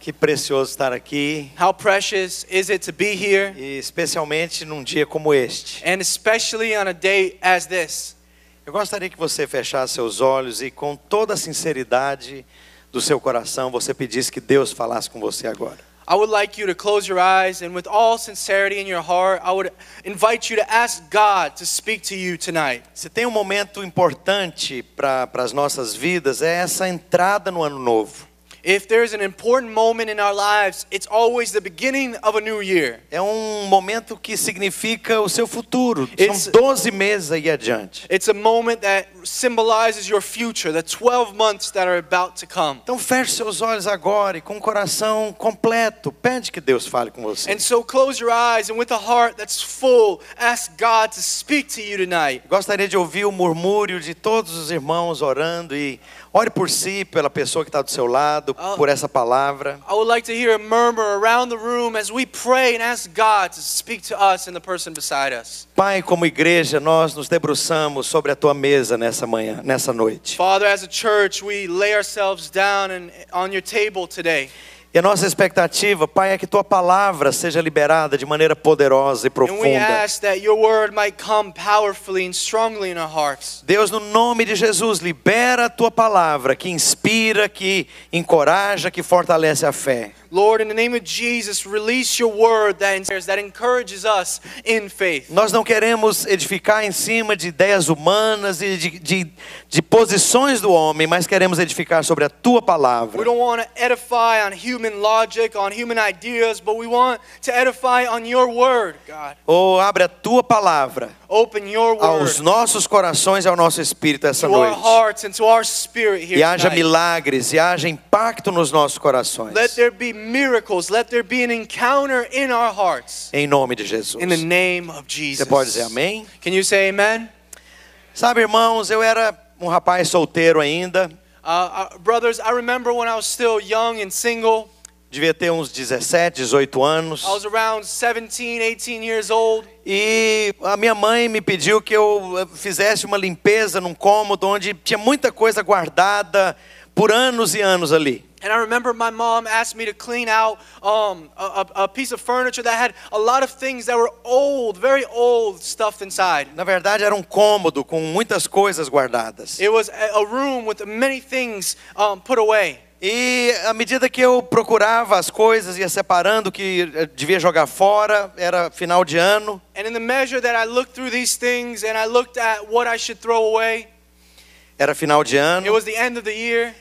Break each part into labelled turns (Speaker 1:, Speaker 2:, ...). Speaker 1: Que precioso estar aqui
Speaker 2: How precious is it to be here,
Speaker 1: e especialmente num dia como este.
Speaker 2: and especially on a day as this?
Speaker 1: Eu gostaria que você fechasse seus olhos e com toda a sinceridade do seu coração você pedisse que Deus falasse com você agora.
Speaker 2: I would like you to close your eyes and, with all sincerity in your heart, I would invite you to ask God to speak to you tonight.
Speaker 1: Se tem um momento importante para as nossas vidas é essa entrada no ano novo.
Speaker 2: If there's an important moment in our lives, it's always the beginning of a new year.
Speaker 1: É um momento que significa o seu futuro.
Speaker 2: It's-
Speaker 1: São 12 meses aí adiante.
Speaker 2: It's a moment that symbolizes your future, the 12 months that are about to come.
Speaker 1: Então feche seus olhos agora e com o coração completo, pede que Deus fale com você.
Speaker 2: And so close your eyes and with a heart that's full, ask God to speak to you tonight.
Speaker 1: Gostaria de ouvir o murmúrio de todos os irmãos orando e ore por si, pela pessoa que está do seu lado,
Speaker 2: Ah.
Speaker 1: por essa palavra.
Speaker 2: I would like to hear a murmur around the room as we pray and ask God to speak to us and the person beside us.
Speaker 1: Pai, como igreja, nós nos debruçamos sobre a tua mesa nessa manhã, nessa noite.
Speaker 2: Father, as a church, we lay ourselves down and on your table today.
Speaker 1: E a nossa expectativa, Pai, é que tua palavra seja liberada de maneira poderosa e
Speaker 2: And we
Speaker 1: profunda.
Speaker 2: ask that your word might come powerfully and strongly in our hearts.
Speaker 1: Deus, no nome de Jesus, libera a tua palavra que inspira, que encoraja, que fortalece a fé.
Speaker 2: Lord, in the name of Jesus, release your word that inspires, that encourages us in faith.
Speaker 1: Nós não queremos edificar em cima de ideias humanas e de, de- de posições do homem, mas queremos edificar sobre a tua
Speaker 2: We
Speaker 1: palavra.
Speaker 2: don't want to edify on human logic, on human ideas, but we want to edify on your word, God.
Speaker 1: Ou Oh, abre a tua palavra
Speaker 2: Open your word.
Speaker 1: aos nossos corações e ao nosso espírito essa
Speaker 2: to our
Speaker 1: noite.
Speaker 2: hearts and to our spirit here
Speaker 1: E haja
Speaker 2: tonight.
Speaker 1: milagres, e haja impacto nos nossos corações.
Speaker 2: Let there be miracles. Let there be an encounter in our hearts.
Speaker 1: Em nome de Jesus.
Speaker 2: In the name of Jesus.
Speaker 1: Você pode dizer amém?
Speaker 2: Can you say amen?
Speaker 1: Sabe, irmãos, eu era um rapaz solteiro ainda,
Speaker 2: Uh, uh, brothers, I remember when I was still young and single.
Speaker 1: devia ter uns 17, 18 anos.
Speaker 2: I was around 17, 18 years old.
Speaker 1: E a minha mãe me pediu que eu eh, fizesse uma limpeza num cômodo onde tinha muita coisa guardada por anos e anos ali.
Speaker 2: And I remember my mom asked me to clean out um, a, a, a piece of furniture that had a lot of things that were old, very old, stuffed inside.
Speaker 1: Na verdade, era um cômodo com muitas coisas guardadas.
Speaker 2: It was a, a room with many things um, put away.
Speaker 1: E à medida que eu procurava as coisas, ia separando o que eh, devia jogar fora, era final de ano,
Speaker 2: And in the measure that I looked through these things and I looked at what I should throw away,
Speaker 1: era final de
Speaker 2: it
Speaker 1: ano.
Speaker 2: was the end of the year.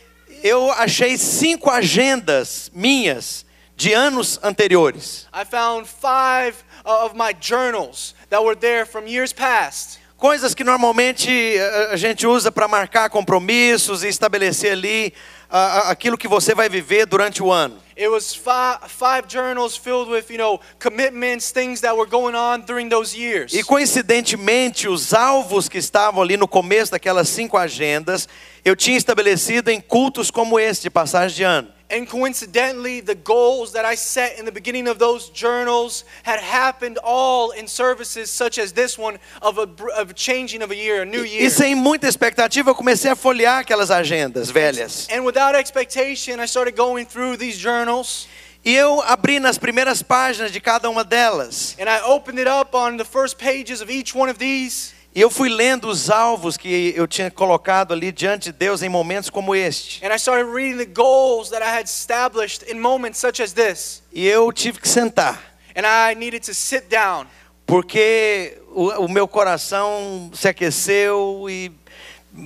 Speaker 1: Eu achei cinco agendas minhas de anos anteriores.
Speaker 2: I found five uh, of my journals that were there from years past.
Speaker 1: Coisas que normalmente eh, a gente usa para marcar compromissos e estabelecer ali ah, ah, aquilo que você vai viver durante o ano.
Speaker 2: It was fi- five journals filled with, you know, commitments, things that were going on during those years.
Speaker 1: E coincidentemente, os alvos que estavam ali no começo daquelas cinco agendas, eu tinha estabelecido em cultos como esse, de passagem de ano.
Speaker 2: And coincidentally, the goals that I set in the beginning of those journals had happened all in services such as this one of a, br- of a changing of a year, a new
Speaker 1: E,
Speaker 2: year.
Speaker 1: e sem muita expectativa, eu comecei a folhear aquelas agendas velhas.
Speaker 2: And without expectation, I started going through these journals
Speaker 1: E eu abri nas primeiras páginas de cada uma delas,
Speaker 2: and I opened it up on the first pages of each one of these.
Speaker 1: e eu fui lendo os alvos que eu tinha colocado ali diante de Deus em momentos como este.
Speaker 2: And I started reading the goals that I had established in moments such as this.
Speaker 1: E eu tive que sentar,
Speaker 2: And I needed to sit down
Speaker 1: porque o, o meu coração se aqueceu e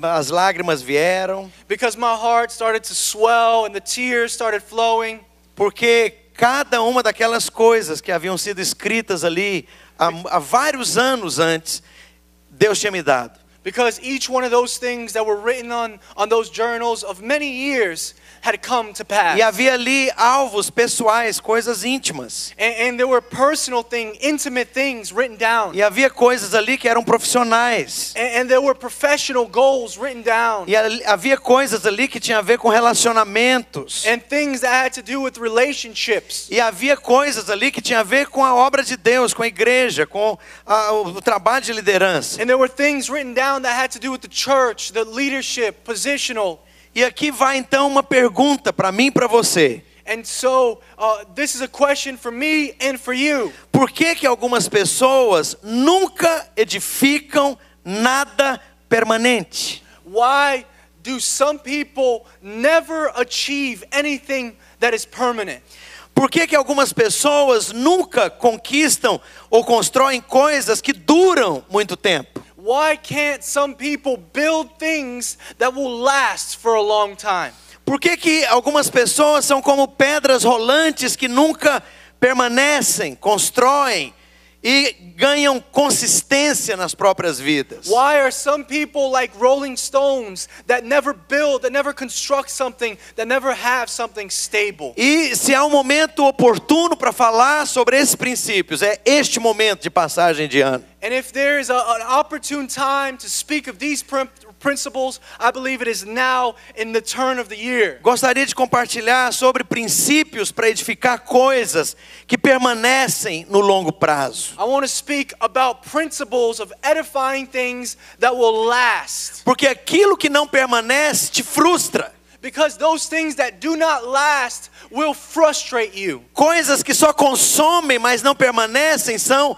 Speaker 1: as lágrimas vieram,
Speaker 2: because my heart started to swell and the tears started flowing.
Speaker 1: porque cada uma daquelas coisas que haviam sido escritas ali há, há vários anos antes, Deus tinha me dado.
Speaker 2: Because each one of those things that were written on, on those journals of many years had come to pass.
Speaker 1: E havia ali alvos pessoais, coisas íntimas.
Speaker 2: and, and there were personal things, intimate things written down.
Speaker 1: E havia coisas ali que eram profissionais.
Speaker 2: And, and there were professional goals written down.
Speaker 1: E ali- havia coisas ali que tinha a ver com relacionamentos.
Speaker 2: And things that had to do with relationships.
Speaker 1: E havia coisas ali que tinha a ver com a obra de Deus, com a igreja, com a- o trabalho de liderança.
Speaker 2: And there were things written down that had to do with the church, the leadership, positional.
Speaker 1: E aqui vai então uma pergunta para mim e para você.
Speaker 2: And so, uh, this is a question for me and for you.
Speaker 1: Por que que algumas pessoas nunca edificam nada permanente?
Speaker 2: Why do some people never achieve anything that is permanent?
Speaker 1: Por que que algumas pessoas nunca conquistam ou constroem coisas que duram muito tempo?
Speaker 2: Why can't some people build things that will last for a long time?
Speaker 1: Por que que algumas pessoas são como pedras rolantes que nunca permanecem, constroem e ganham consistência nas próprias vidas?
Speaker 2: Why are some people like rolling stones that never build, that never construct something, that never have something stable?
Speaker 1: E se há um momento oportuno para falar sobre esses princípios, é este momento de passagem de ano.
Speaker 2: And if there is a, an opportune time to speak of these prin- principles, I believe it is now in the turn of the year.
Speaker 1: Gostaria de compartilhar sobre princípios para edificar coisas que permanecem no longo prazo.
Speaker 2: I want to speak about principles of edifying things that will last.
Speaker 1: Porque aquilo que não permanece te frustra.
Speaker 2: Because those things that do not last will frustrate you.
Speaker 1: Coisas que só consomem, mas não permanecem, são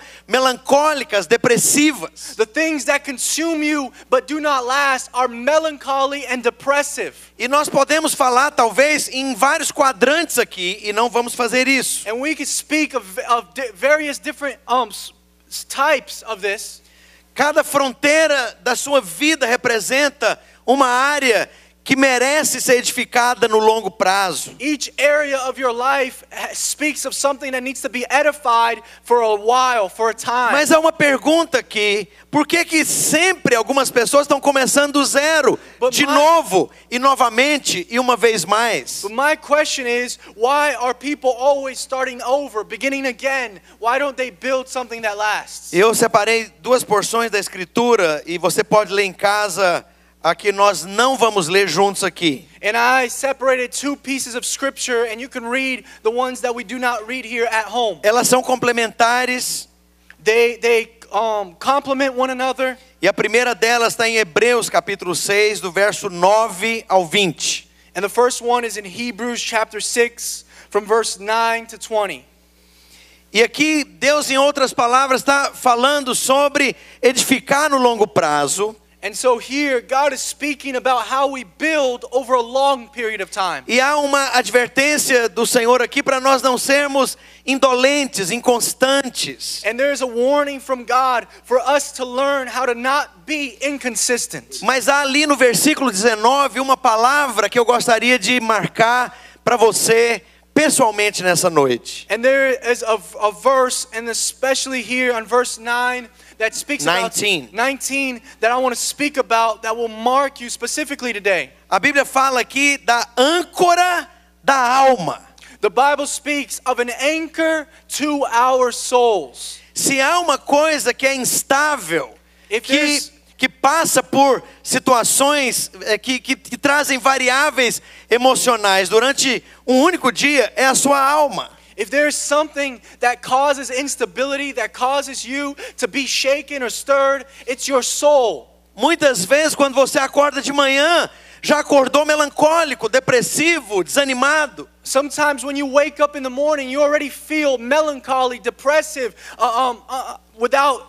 Speaker 1: melancólicas, depressivas.
Speaker 2: The things that consume you but do not last are melancholy and depressive.
Speaker 1: E nós podemos falar, talvez, em vários quadrantes aqui, e não vamos fazer isso.
Speaker 2: And we could speak of, of di- various different um, s- s- types of this.
Speaker 1: Cada fronteira da sua vida representa uma área que merece ser edificada no longo prazo.
Speaker 2: Each area of your life ha- speaks of something that needs to be edified for a while, for a time.
Speaker 1: Mas há uma pergunta aqui: por que que sempre algumas pessoas estão começando do zero,
Speaker 2: But
Speaker 1: de
Speaker 2: my-
Speaker 1: novo e novamente e uma vez mais?
Speaker 2: But my question is, why are people always starting over, beginning again? Why don't they build something that lasts?
Speaker 1: Eu separei duas porções da escritura e você pode ler em casa. Aqui nós não vamos ler juntos aqui.
Speaker 2: And I separated two pieces of scripture, and you can read the ones that we do not read here at home.
Speaker 1: Elas são complementares
Speaker 2: They they um, complement one another.
Speaker 1: e a primeira delas está em Hebreus capítulo 6, do verso 9 ao 20.
Speaker 2: And the first one is in Hebrews chapter six, from verse nine to twenty.
Speaker 1: E aqui Deus, em outras palavras, está falando sobre edificar no longo prazo.
Speaker 2: And so here, God is speaking about how we build over a long period of time.
Speaker 1: E há uma advertência do Senhor aqui para nós não sermos indolentes, inconstantes,
Speaker 2: And there is a warning from God for us to learn how to not be inconsistent.
Speaker 1: Mas há ali no versículo 19 uma palavra que eu gostaria de marcar para você pessoalmente nessa noite.
Speaker 2: And there is a, a verse, and especially here on verse 9, that speaks
Speaker 1: Nineteen.
Speaker 2: about 19 that I want to speak about that will mark you specifically today.
Speaker 1: A Bíblia fala aqui da âncora da alma.
Speaker 2: The Bible speaks of an anchor to our souls.
Speaker 1: Se há uma coisa que é instável,
Speaker 2: If
Speaker 1: que,
Speaker 2: there's-
Speaker 1: que passa por situações eh, que, que, que trazem variáveis emocionais durante um único dia, é a sua alma.
Speaker 2: If there's something that causes instability, that causes you to be shaken or stirred, it's your soul.
Speaker 1: Muitas vezes, quando você acorda de manhã, já acordou melancólico, depressivo, desanimado.
Speaker 2: Sometimes when you wake up in the morning, you already feel melancholy, depressive, uh, um, uh, uh, without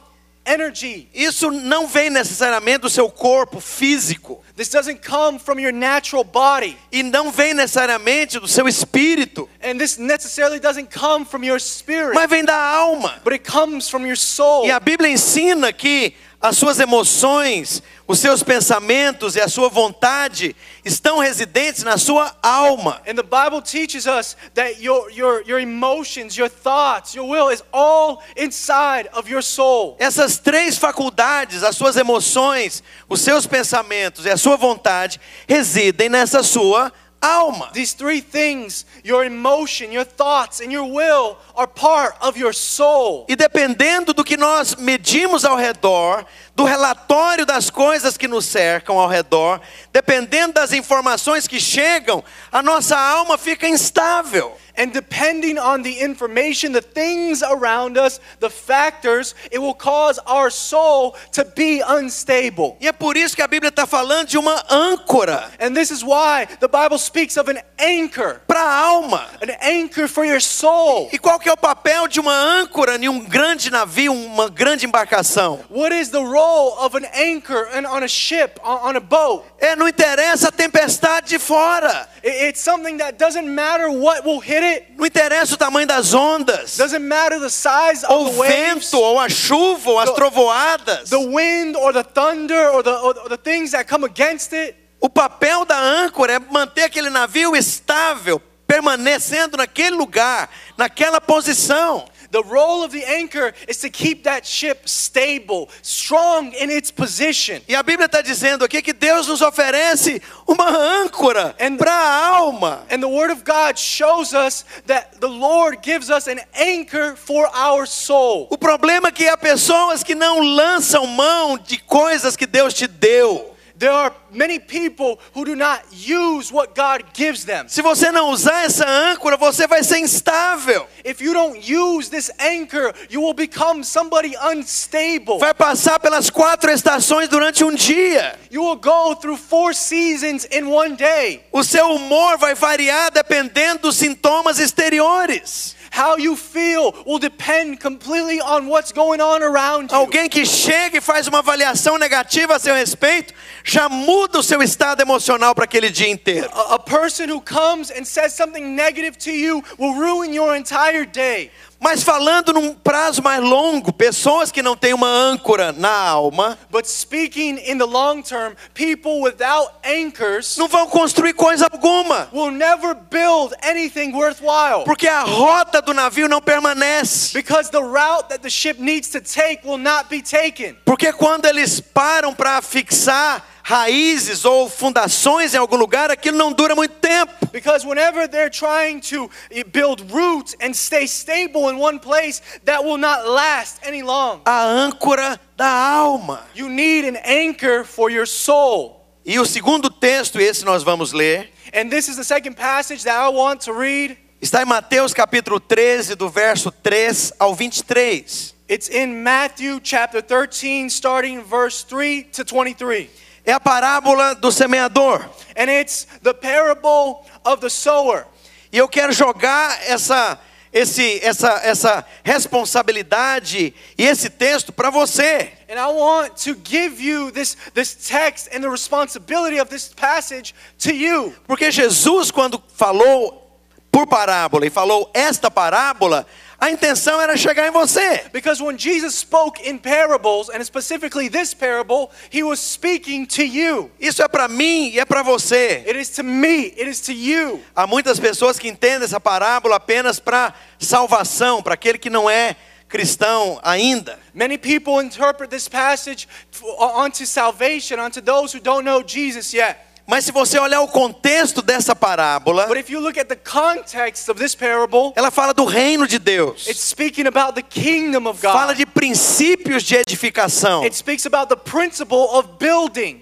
Speaker 2: energy.
Speaker 1: Isso não vem necessariamente do seu corpo físico
Speaker 2: This doesn't come from your natural body.
Speaker 1: e não vem necessariamente do seu espírito,
Speaker 2: And this necessarily doesn't come from your spirit,
Speaker 1: mas vem da alma.
Speaker 2: but it comes from your soul.
Speaker 1: E a Bíblia ensina que as suas emoções, os seus pensamentos e a sua vontade estão residentes na sua alma.
Speaker 2: And the Bible teaches us that your, your, your emotions, your thoughts, your will is all inside of your soul.
Speaker 1: Essas três faculdades, as suas emoções, os seus pensamentos e a sua vontade residem nessa sua alma.
Speaker 2: These three things, your emotion, your thoughts, and your will, are part of your soul.
Speaker 1: E dependendo do que nós medimos ao redor, do relatório das coisas que nos cercam ao redor, dependendo das informações que chegam, a nossa alma fica instável.
Speaker 2: And depending on the information, the things around us, the factors, it will cause our soul to be unstable.
Speaker 1: E é por isso que a Bíblia está falando de uma âncora
Speaker 2: And this is why the Bible speaks of an anchor,
Speaker 1: para a alma.
Speaker 2: an anchor for your soul.
Speaker 1: E qual que é o papel de uma âncora em um grande navio, uma grande embarcação?
Speaker 2: What is the role of an anchor and on a ship, on, on a boat?
Speaker 1: É, não interessa a tempestade de fora,
Speaker 2: It- it's something that doesn't matter what will hit it,
Speaker 1: não interessa o tamanho das ondas,
Speaker 2: doesn't matter the size of
Speaker 1: ou o
Speaker 2: the waves,
Speaker 1: vento, ou a chuva, ou as
Speaker 2: The-
Speaker 1: trovoadas.
Speaker 2: the wind or the thunder or the, or the things that come against it.
Speaker 1: O papel da âncora é manter aquele navio estável, permanecendo naquele lugar, naquela posição.
Speaker 2: The role of the anchor is to keep that ship stable, strong in its position.
Speaker 1: E a Bíblia está dizendo aqui que Deus nos oferece uma âncora
Speaker 2: And-
Speaker 1: para a alma.
Speaker 2: And the Word of God shows us that the Lord gives us an anchor for our soul.
Speaker 1: O problema é que há pessoas que não lançam mão de coisas que Deus te deu.
Speaker 2: There are many people who do not use what God gives them.
Speaker 1: Se você não usar essa âncora, você vai ser instável.
Speaker 2: If you don't use this anchor, you will become somebody unstable.
Speaker 1: Vai passar pelas quatro estações durante um dia.
Speaker 2: You will go through four seasons in one day.
Speaker 1: O seu humor vai variar dependendo dos sintomas exteriores.
Speaker 2: How you feel will depend completely on what's going on around you.
Speaker 1: Alguém que chega e faz uma avaliação negativa a seu respeito já muda o seu estado emocional para aquele dia inteiro.
Speaker 2: A, a person who comes and says something negative to you will ruin your entire day.
Speaker 1: Mas falando num prazo mais longo, pessoas que não têm uma âncora na alma
Speaker 2: But speaking in the long term, people without anchors
Speaker 1: não vão construir coisa alguma,
Speaker 2: will never build anything worthwhile.
Speaker 1: porque a rota do navio não permanece.
Speaker 2: Because the route that the ship needs to take will not be taken.
Speaker 1: Porque quando eles param para fixar raízes ou fundações em algum lugar, aquilo não dura muito tempo.
Speaker 2: Because whenever they're trying to eh, build roots and stay stable in one place, that will not last any long.
Speaker 1: A âncora da alma.
Speaker 2: You need an anchor for your soul.
Speaker 1: E o segundo texto, esse nós vamos ler,
Speaker 2: And this is the second passage that I want to read.
Speaker 1: está em Mateus capítulo 13, do verso 3 ao 23.
Speaker 2: It's in Matthew chapter 13, starting verse 3 to 23.
Speaker 1: É a parábola do semeador.
Speaker 2: And it's the parable of the sower.
Speaker 1: E eu quero jogar essa, esse, essa, essa responsabilidade e esse texto para você.
Speaker 2: And I want to give you this, this text and the responsibility of this passage to you.
Speaker 1: Porque Jesus, quando falou por parábola e falou esta parábola, a intenção era chegar em você.
Speaker 2: Because when Jesus spoke in parables, and specifically this parable, he was speaking to you.
Speaker 1: Isso é para mim e é para você.
Speaker 2: It is to me, it is to you.
Speaker 1: Há muitas pessoas que entendem essa parábola apenas para salvação, para aquele que não é cristão ainda.
Speaker 2: Many people interpret this passage f- onto salvation, onto those who don't know Jesus yet.
Speaker 1: Mas se você olhar o contexto dessa parábola,
Speaker 2: But if you look at the context of this parable,
Speaker 1: ela fala do reino de Deus.
Speaker 2: it's speaking about the kingdom of
Speaker 1: Fala
Speaker 2: God.
Speaker 1: de princípios de edificação.
Speaker 2: It speaks about the principle of building.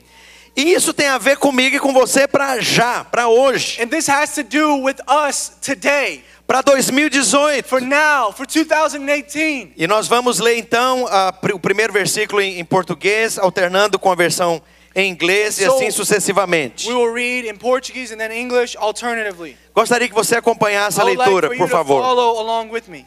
Speaker 1: E isso tem a ver comigo e com você para já, para hoje,
Speaker 2: And this has to do with us today,
Speaker 1: para 2018.
Speaker 2: for now, for 2018.
Speaker 1: E nós vamos ler então a pr- o primeiro versículo em, em português, alternando com a versão em inglês e
Speaker 2: So-
Speaker 1: assim sucessivamente.
Speaker 2: We will read in Portuguese and then English alternatively.
Speaker 1: Gostaria que você acompanhasse a
Speaker 2: I would like
Speaker 1: leitura,
Speaker 2: for you
Speaker 1: por
Speaker 2: to
Speaker 1: favor.
Speaker 2: Follow along with me.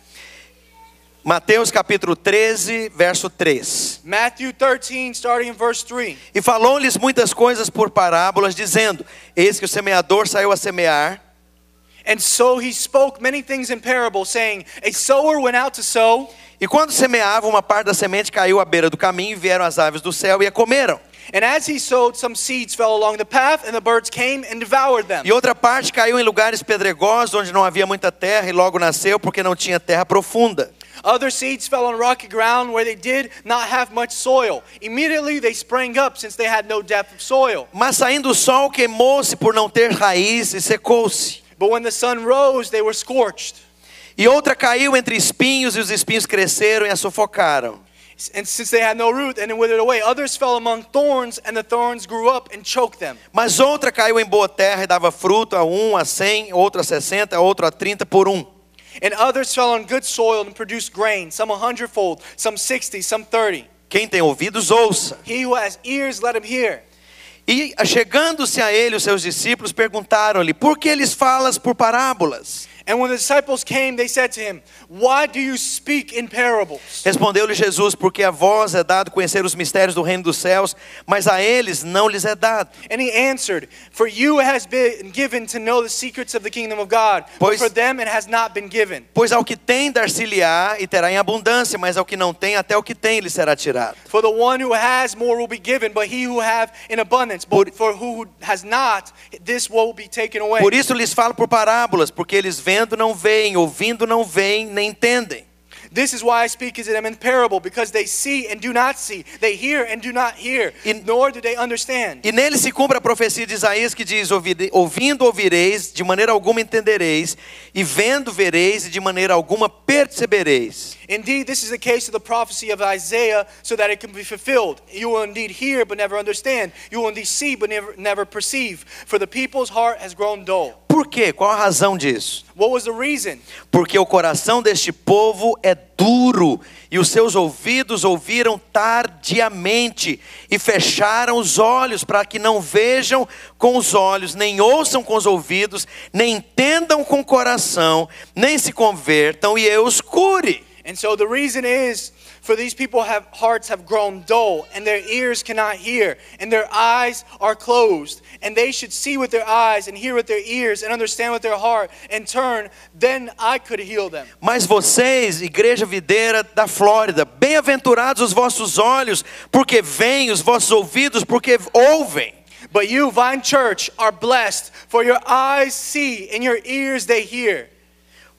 Speaker 1: Mateus capítulo 13, verso 3.
Speaker 2: Matthew 13, starting in verse 3.
Speaker 1: E falou-lhes muitas coisas por parábolas, dizendo: Eis que o semeador saiu a semear.
Speaker 2: And so he spoke many things in parable, saying, A sower went out to sow,
Speaker 1: E quando semeava, uma parte da semente caiu à beira do caminho e vieram as aves do céu e a comeram.
Speaker 2: and as he sowed, some seeds fell along the path, and the birds came and devoured them.
Speaker 1: E outra parte caiu em lugares pedregosos, onde não havia muita terra e logo nasceu porque não tinha terra profunda.
Speaker 2: Other seeds fell on rocky ground where they did not have much soil. Immediately they sprang up, since they had no depth of soil.
Speaker 1: Mas saindo o sol, queimou-se por não ter raiz e secou-se.
Speaker 2: But when the sun rose, they were scorched.
Speaker 1: E outra caiu entre espinhos, e os espinhos cresceram e a sufocaram.
Speaker 2: and since they had no root and it withered away. Others fell among thorns, and the thorns grew up and choked them.
Speaker 1: Mas outra caiu em boa terra e dava fruto a um, a cem, outra a sessenta, outra a trinta por um.
Speaker 2: And others fell on good soil and produced grain, some a hundredfold, some sixty, some thirty.
Speaker 1: Quem tem ouvidos, ouça.
Speaker 2: He who has ears, let him hear.
Speaker 1: E chegando-se a ele, os seus discípulos perguntaram-lhe: Por que lhes falas por parábolas?
Speaker 2: And when the disciples came, they said to him, Why do you speak in parables?
Speaker 1: Respondeu-lhe Jesus: Porque a vós é dado conhecer os mistérios do reino dos céus, mas a eles não lhes é dado.
Speaker 2: And he answered, For you it has been given to know the secrets of the kingdom of God, but
Speaker 1: Pois-
Speaker 2: for them it has not been given.
Speaker 1: Pois ao que tem, dar-se-lhe-á e terá em abundância, mas ao que não tem, até o que tem lhe será tirado.
Speaker 2: For the one who has more will be given, but he who have in abundance, but for who has not, this will be taken away.
Speaker 1: Por isso lhes falo por parábolas, porque eles vendo não veem, ouvindo não veem, nem entendem.
Speaker 2: This is why I speak as to them in parable, because they see and do not see, they hear and do not hear,
Speaker 1: In-
Speaker 2: nor do they understand.
Speaker 1: E nele se cumpre a profecia de Isaías que diz: "Ouvide- Ouvindo ouvireis, de maneira alguma entendereis, e vendo vereis, e de maneira alguma percebereis.
Speaker 2: Indeed, this is the case of the prophecy of Isaiah, so that it can be fulfilled. You will indeed hear, but never understand. You will indeed see, but never, never perceive. For the people's heart has grown dull.
Speaker 1: Por quê? Qual a razão disso?
Speaker 2: What was the reason?
Speaker 1: Porque o coração deste povo é duro, e os seus ouvidos ouviram tardiamente, e fecharam os olhos, para que não vejam com os olhos, nem ouçam com os ouvidos, nem entendam com o coração, nem se convertam, e eu os cure.
Speaker 2: And so the reason is for these people have hearts have grown dull and their ears cannot hear and their eyes are closed and they should see with their eyes and hear with their ears and understand with their heart and turn then I could heal them.
Speaker 1: Mas vocês, igreja videira da Flórida, bem-aventurados os vossos olhos, porque veem, os vossos ouvidos, porque ouvem.
Speaker 2: But you Vine Church are blessed for your eyes see and your ears they hear.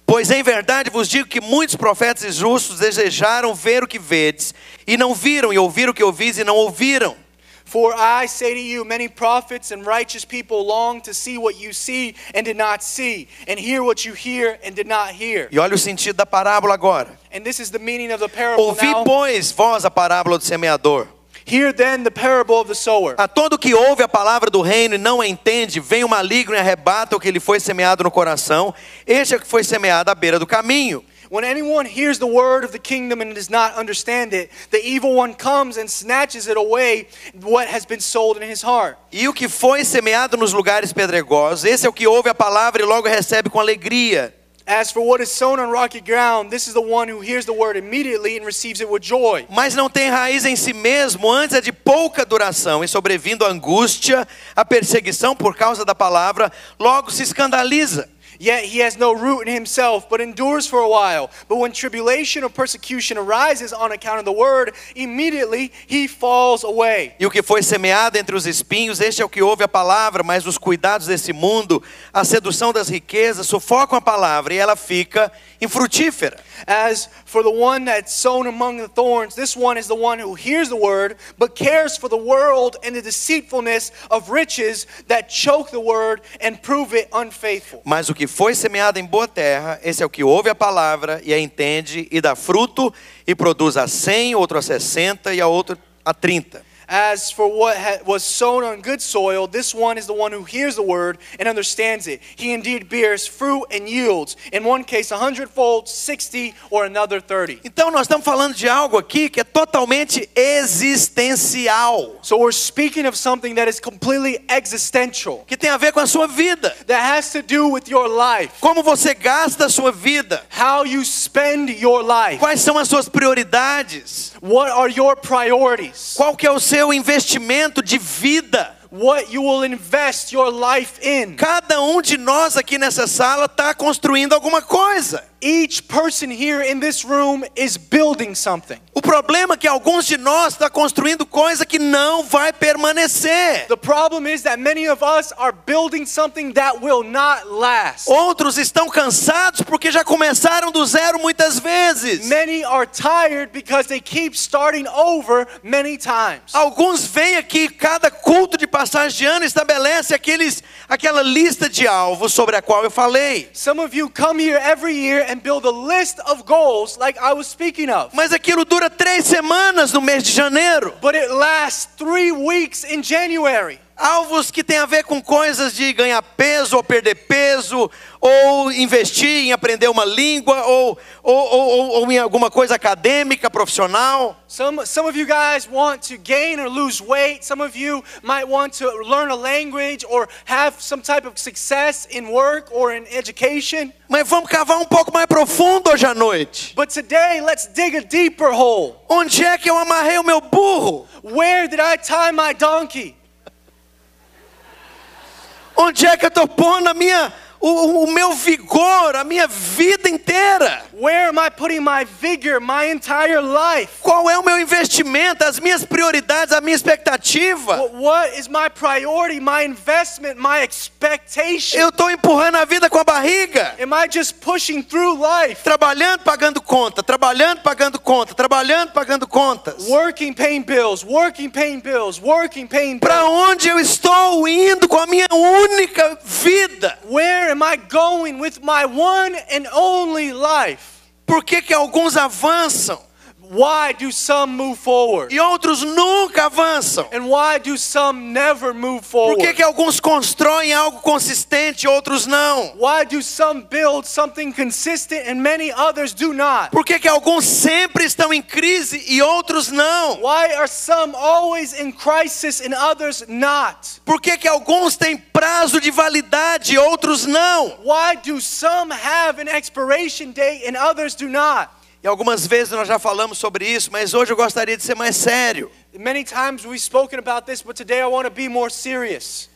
Speaker 1: Pois em verdade vos digo que muitos profetas e justos desejaram ver o que vedes, e não viram, e ouvir o que ouvis, e não ouviram.
Speaker 2: For I say to you, many prophets and righteous people long to see what you see and did not see, and hear what you hear and did not hear.
Speaker 1: E olha o sentido da parábola agora.
Speaker 2: And this is the meaning of the parable
Speaker 1: Ouvi,
Speaker 2: now.
Speaker 1: pois, vós a parábola do semeador.
Speaker 2: Hear then the parable of the sower.
Speaker 1: A todo que ouve a palavra do reino e não a entende, vem o maligno e arrebata o que lhe foi semeado no coração. Este é o que foi semeado à beira do caminho.
Speaker 2: When anyone hears the word of the kingdom and does not understand it, the evil one comes and snatches it away what has been sold in his heart.
Speaker 1: E o que foi semeado nos lugares pedregosos, esse é o que ouve a palavra e logo recebe com alegria.
Speaker 2: As for what is sown on rocky ground, this is the one who hears the word immediately and receives it with joy.
Speaker 1: Mas não tem raiz em si mesmo, antes é de pouca duração, e sobrevindo a angústia, a perseguição por causa da palavra, logo se escandaliza.
Speaker 2: Yet he has no root in himself, but endures for a while. But when tribulation or persecution arises on account of the word, immediately he falls away.
Speaker 1: E o que foi semeado entre os espinhos, este é o que ouve a palavra, mas os cuidados desse mundo, a sedução das riquezas, sufocam a palavra e ela fica infrutífera.
Speaker 2: As for the one that's sown among the thorns, this one is the one who hears the word, but cares for the world and the deceitfulness of riches that choke the word and prove it unfaithful.
Speaker 1: Mas o que foi semeado em boa terra, esse é o que ouve a palavra e a entende e dá fruto e produz a cem, outro a sessenta e a outro a trinta.
Speaker 2: As for what ha- was sown on good soil, this one is the one who hears the word and understands it. He indeed bears fruit and yields, in one case a hundredfold, sixty, or another thirty.
Speaker 1: Então nós estamos falando de algo aqui que é totalmente existencial,
Speaker 2: So we're speaking of something that is completely existential,
Speaker 1: que tem a ver com a sua vida.
Speaker 2: that has to do with your life.
Speaker 1: Como você gasta a sua vida?
Speaker 2: how you spend your life.
Speaker 1: Quais são as suas prioridades?
Speaker 2: What are your priorities?
Speaker 1: Qual que é o seu investimento de vida?
Speaker 2: What you will invest your life in.
Speaker 1: Cada um de nós aqui nessa sala está construindo alguma coisa.
Speaker 2: Each person here in this room is building something.
Speaker 1: O problema é que alguns de nós está construindo coisa que não vai permanecer.
Speaker 2: The problem is that many of us are building something that will not last.
Speaker 1: Outros estão cansados porque já começaram do zero muitas vezes.
Speaker 2: Many are tired because they keep starting over many times.
Speaker 1: Alguns vêm aqui, cada culto de passagem de ano estabelece aqueles, aquela lista de alvos sobre a qual eu falei.
Speaker 2: Some of you come here every year and build a list of goals like I was speaking of.
Speaker 1: Mas aquilo dura três semanas no mês de janeiro.
Speaker 2: but it lasts three weeks in January.
Speaker 1: Alvos que tem a ver com coisas de ganhar peso ou perder peso, ou investir em aprender uma língua, ou, ou, ou, ou- ou em alguma coisa acadêmica, profissional.
Speaker 2: Some, some of you guys want to gain or lose weight. Some of you might want to learn a language or have some type of success in work or in education.
Speaker 1: Mas vamos cavar um pouco mais profundo hoje à noite.
Speaker 2: But today, let's dig a deeper hole.
Speaker 1: Onde é que eu amarrei o meu burro?
Speaker 2: Where did I tie my donkey?
Speaker 1: Onde é que eu estou pondo a minha, o, o meu vigor, a minha vida inteira?
Speaker 2: Where am I putting my vigor, my entire life?
Speaker 1: Qual é o meu investimento, as minhas prioridades, a minha expectativa?
Speaker 2: What, what is my priority, my investment, my expectation?
Speaker 1: Eu estou empurrando a vida com a barriga.
Speaker 2: Am I just pushing through life,
Speaker 1: Trabalhando, pagando conta, trabalhando, pagando conta, trabalhando, pagando contas.
Speaker 2: working, paying bills, working, paying bills, working, paying bills?
Speaker 1: Para onde eu estou indo com a minha única vida?
Speaker 2: Where am I going with my one and only life?
Speaker 1: Por que, que alguns avançam
Speaker 2: Why do some move forward?
Speaker 1: e outros nunca avançam?
Speaker 2: And why do some never move
Speaker 1: Por
Speaker 2: forward?
Speaker 1: que, que alguns constroem algo consistente e outros não?
Speaker 2: Why do some build something consistent and many others do not?
Speaker 1: Por que, que alguns sempre estão em crise e outros não?
Speaker 2: Why are some always in crisis and others not?
Speaker 1: Por que, que alguns têm prazo de validade e outros não?
Speaker 2: Why do some have an expiration date and others do not?
Speaker 1: E algumas vezes nós já falamos sobre isso, mas hoje eu gostaria de ser mais sério.
Speaker 2: Many times we've spoken about this, but today I want to be more serious.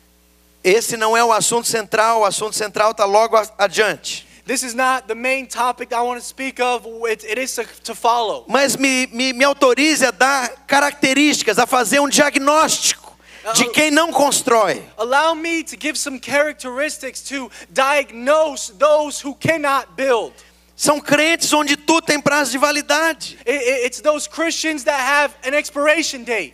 Speaker 1: Esse não é o assunto central, o assunto central está logo a- adiante.
Speaker 2: This is not the main topic I want to speak of, it, it is to, to follow.
Speaker 1: Mas me, me, me autorize a dar características, a fazer um diagnóstico de quem não constrói.
Speaker 2: Allow me to give some characteristics to diagnose those who cannot build.
Speaker 1: São crentes onde tudo tem prazo de validade.
Speaker 2: I- i- it's those Christians that have an expiration date.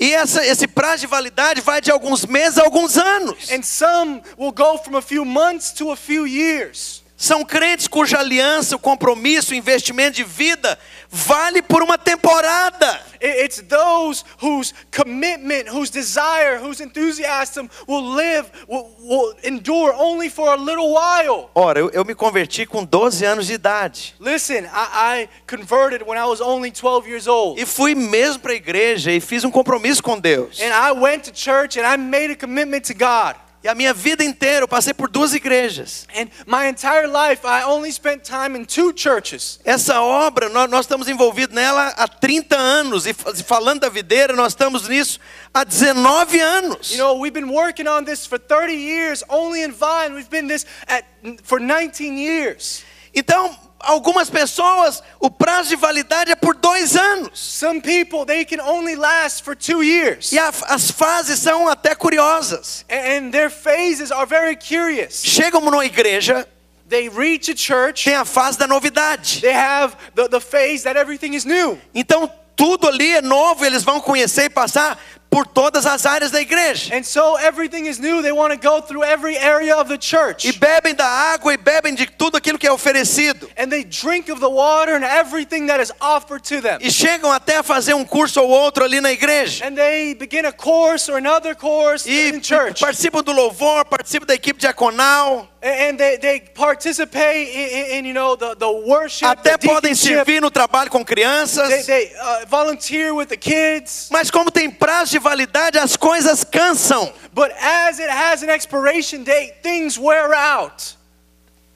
Speaker 1: E essa, esse prazo de validade vai de alguns meses a alguns anos.
Speaker 2: And some will go from a few months to a few years.
Speaker 1: São crentes cuja aliança, o compromisso, o investimento de vida vale por uma temporada.
Speaker 2: I- It's those whose commitment, whose desire, whose enthusiasm will live, will, will endure only for a little while.
Speaker 1: Ora, eu, eu me converti com 12 anos de idade.
Speaker 2: Listen, I, I converted when I was only 12 years old.
Speaker 1: E fui mesmo para a igreja e fiz um compromisso com Deus.
Speaker 2: And I went to church and I made a commitment to God.
Speaker 1: E a minha vida inteira eu passei por duas igrejas.
Speaker 2: And my entire life, I only spent time in two churches.
Speaker 1: Essa obra, nó- nós, estamos envolvidos nela há 30 anos. E fa- falando da videira, nós estamos nisso há 19 anos.
Speaker 2: You know, we've been working on this for 30 years, only in Vine. We've been this at, for 19 years.
Speaker 1: Então, algumas pessoas, o prazo de validade é por dois anos.
Speaker 2: Some people, they can only last for two years.
Speaker 1: E a- as fases são até curiosas.
Speaker 2: A- And their phases are very curious.
Speaker 1: Chegam numa igreja,
Speaker 2: They reach a church,
Speaker 1: tem a fase da novidade.
Speaker 2: they have the, the phase that everything is new.
Speaker 1: Então, tudo ali é novo, eles vão conhecer e passar por todas as áreas da igreja.
Speaker 2: And so everything is new. They want to go through every area of the church.
Speaker 1: E bebem da água e bebem de tudo aquilo que é oferecido.
Speaker 2: And they drink of the water and everything that is offered to them.
Speaker 1: E chegam até a fazer um curso ou outro ali na igreja.
Speaker 2: and they begin a course or another course
Speaker 1: E
Speaker 2: in é church,
Speaker 1: participam do louvor, participam da equipe diaconal,
Speaker 2: and they, they participate in, in- in, you know the, the worship.
Speaker 1: até
Speaker 2: the
Speaker 1: podem
Speaker 2: deaconship.
Speaker 1: servir no trabalho com
Speaker 2: They,
Speaker 1: crianças.
Speaker 2: they uh, volunteer with the kids,
Speaker 1: Mas como tem prazo de validade, as coisas cansam.
Speaker 2: but as it has an expiration date, things wear out.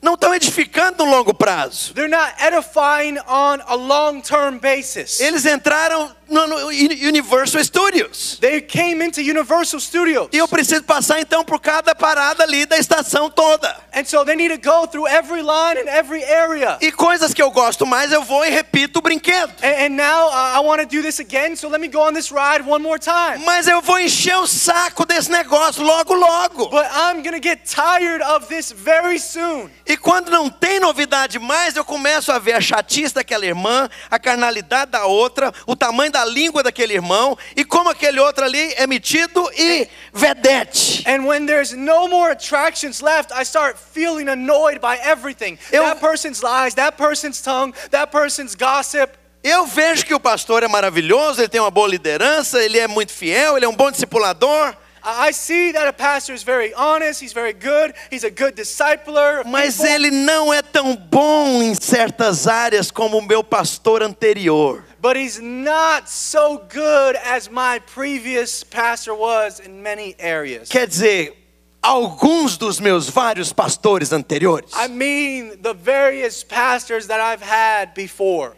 Speaker 1: Não estão edificando no longo prazo.
Speaker 2: They're not edifying on a long-term basis.
Speaker 1: Eles entraram no, no Uni- Universal Studios.
Speaker 2: they came into Universal Studios,
Speaker 1: E eu preciso passar então por cada parada ali da estação toda.
Speaker 2: and so they need to go through every line and every area.
Speaker 1: E coisas que eu gosto mais, eu vou e repito o brinquedo.
Speaker 2: and, and now uh, I want to do this again, so let me go on this ride one more time.
Speaker 1: Mas eu vou encher o saco desse negócio logo, logo.
Speaker 2: But I'm going to get tired of this very soon.
Speaker 1: E quando não tem novidade mais, eu começo a ver a chatice daquela irmã, a carnalidade da outra, o tamanho da língua daquele irmão e como aquele outro ali é metido e vedete.
Speaker 2: And when there's no more attractions left, I start feeling annoyed by everything.
Speaker 1: Eu-
Speaker 2: that person's lies, that person's tongue, that person's gossip.
Speaker 1: Eu vejo que o pastor é maravilhoso, ele tem uma boa liderança, ele é muito fiel, ele é um bom discipulador.
Speaker 2: I I see that a pastor is very honest, he's very good, he's a good discipler. of
Speaker 1: Mas
Speaker 2: people,
Speaker 1: ele não é tão bom em certas áreas como o meu pastor anterior.
Speaker 2: but he's not so good as my previous pastor was in many areas.
Speaker 1: Quer dizer, alguns dos meus vários pastores anteriores.
Speaker 2: I mean, the various pastors that I've had before.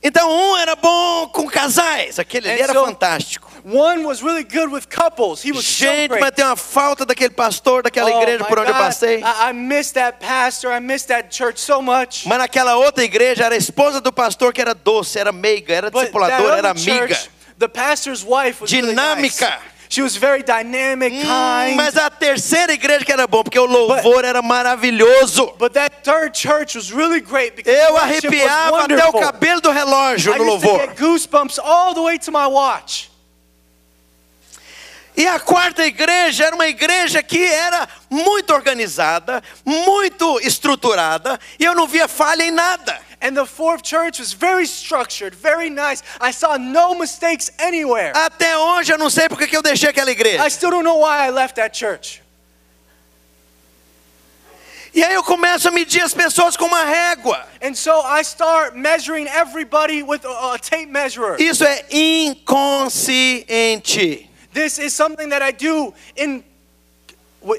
Speaker 1: Então, um era bom com casais, aquele ali
Speaker 2: And
Speaker 1: era
Speaker 2: so-
Speaker 1: fantástico.
Speaker 2: One was really good with couples. He was so
Speaker 1: Gente,
Speaker 2: great.
Speaker 1: mas tem uma falta daquele pastor, daquela
Speaker 2: Oh,
Speaker 1: igreja
Speaker 2: my
Speaker 1: por onde eu
Speaker 2: God.
Speaker 1: passei.
Speaker 2: I, I missed that pastor. I missed that church so much.
Speaker 1: Mas naquela outra igreja era a esposa do pastor que era doce, era meiga, era
Speaker 2: But that
Speaker 1: discipuladora, era
Speaker 2: other
Speaker 1: amiga.
Speaker 2: church, the pastor's wife was really nice.
Speaker 1: Dinâmica.
Speaker 2: She was very dynamic,
Speaker 1: Hum,
Speaker 2: kind.
Speaker 1: Mm, mas a terceira igreja que era bom, porque o louvor era maravilhoso.
Speaker 2: But that third church was really great because
Speaker 1: Eu
Speaker 2: the worship was
Speaker 1: arrepiava até o
Speaker 2: wonderful.
Speaker 1: cabelo do relógio
Speaker 2: I
Speaker 1: no
Speaker 2: used to
Speaker 1: louvor.
Speaker 2: get goosebumps all the way to my watch.
Speaker 1: E a quarta igreja era uma igreja que era muito organizada, muito estruturada, e eu não via falha em nada.
Speaker 2: And the fourth church was very structured, very nice. I saw no mistakes anywhere.
Speaker 1: Até hoje eu não sei porque que eu deixei aquela
Speaker 2: I
Speaker 1: igreja.
Speaker 2: still don't know why I left that church.
Speaker 1: E aí eu começo a medir as pessoas com uma régua.
Speaker 2: And so I start measuring everybody with a, a tape measurer.
Speaker 1: Isso é inconsciente.
Speaker 2: This is something that I do in,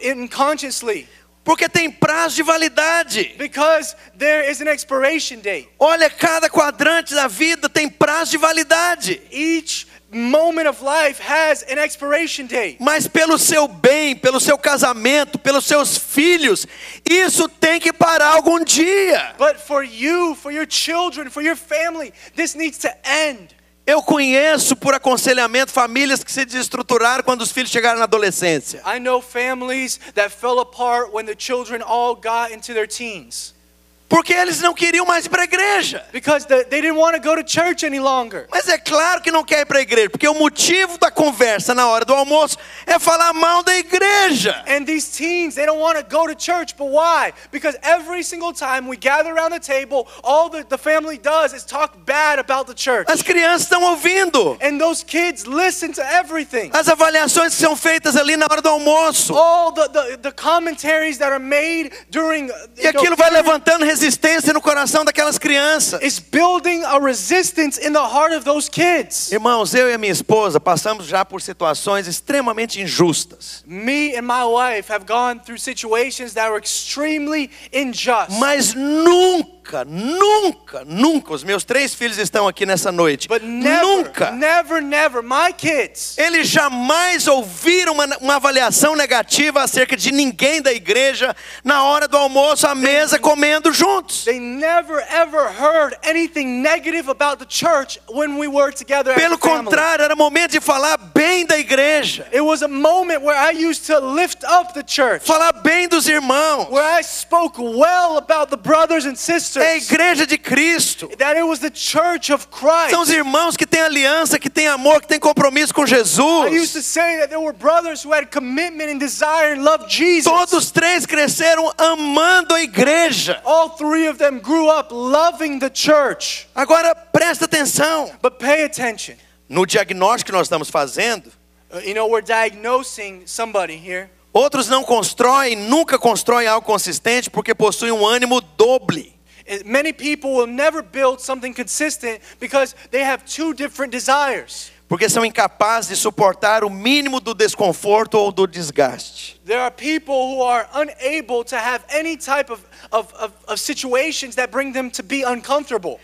Speaker 2: in consciously
Speaker 1: Porque tem prazo de validade.
Speaker 2: because there is an expiration date.
Speaker 1: Olha, cada quadrante da vida tem prazo de validade.
Speaker 2: Each moment of life has an expiration date.
Speaker 1: Mas pelo seu bem, pelo seu casamento, pelos seus filhos, isso tem que parar algum dia.
Speaker 2: But for you, for your children, for your family, this needs to end.
Speaker 1: Eu conheço por aconselhamento famílias que se desestruturaram quando os filhos chegaram na adolescência.
Speaker 2: I know families that fell apart when the children all got into their teens
Speaker 1: Porque eles não queriam mais ir para a igreja.
Speaker 2: because the, they didn't want to go to church any longer.
Speaker 1: Mas é claro que não quer ir para a igreja, porque o motivo da conversa na hora do almoço é falar mal da igreja.
Speaker 2: And these teens, they don't want to go to church, but why? Because every single time we gather around the table, all the, the family does is talk bad about the church.
Speaker 1: As crianças estão ouvindo.
Speaker 2: And those kids listen to everything.
Speaker 1: As avaliações que são feitas ali na hora do almoço.
Speaker 2: All the, the, the commentaries that are made during
Speaker 1: E
Speaker 2: you know,
Speaker 1: aquilo vai
Speaker 2: dinner
Speaker 1: levantando resistência no coração daquelas crianças.
Speaker 2: is building a resistance in the heart of those kids.
Speaker 1: Irmãos, eu e a minha esposa passamos já por situações extremamente injustas.
Speaker 2: Me and my wife have gone through situations that were extremely unjust.
Speaker 1: Mas nunca, nunca, nunca, os meus três filhos estão aqui nessa noite.
Speaker 2: but never,
Speaker 1: nunca,
Speaker 2: never, never, my kids.
Speaker 1: eles jamais ouviram uma, uma avaliação negativa acerca de ninguém da igreja na hora do almoço, à mesa, comendo juntos.
Speaker 2: They never ever heard anything negative about the church when we were together. as
Speaker 1: Pelo
Speaker 2: a family.
Speaker 1: contrário, era momento de falar bem da igreja,
Speaker 2: it was a moment where I used to lift up the church,
Speaker 1: falar bem dos irmãos.
Speaker 2: where I spoke well about the brothers and sisters.
Speaker 1: É a igreja de Cristo.
Speaker 2: that it was the church of Christ.
Speaker 1: São os irmãos que têm aliança, que têm amor, que têm compromisso com
Speaker 2: I used to
Speaker 1: Jesus.
Speaker 2: say that there were brothers who had commitment and desire and loved Jesus.
Speaker 1: Todos três cresceram amando a igreja.
Speaker 2: All three of them grew up loving the church.
Speaker 1: Agora presta atenção.
Speaker 2: But pay attention.
Speaker 1: No diagnóstico que nós estamos fazendo,
Speaker 2: Uh, You know, we're diagnosing somebody here.
Speaker 1: outros não constroem, nunca constroem algo consistente porque possuem um ânimo doble.
Speaker 2: And Uh, Many people will never build something consistent because they have two different desires.
Speaker 1: Porque são incapazes de suportar o mínimo do desconforto ou do desgaste.
Speaker 2: There are people who are unable to have any type of, of, of, of situations that bring them to be uncomfortable.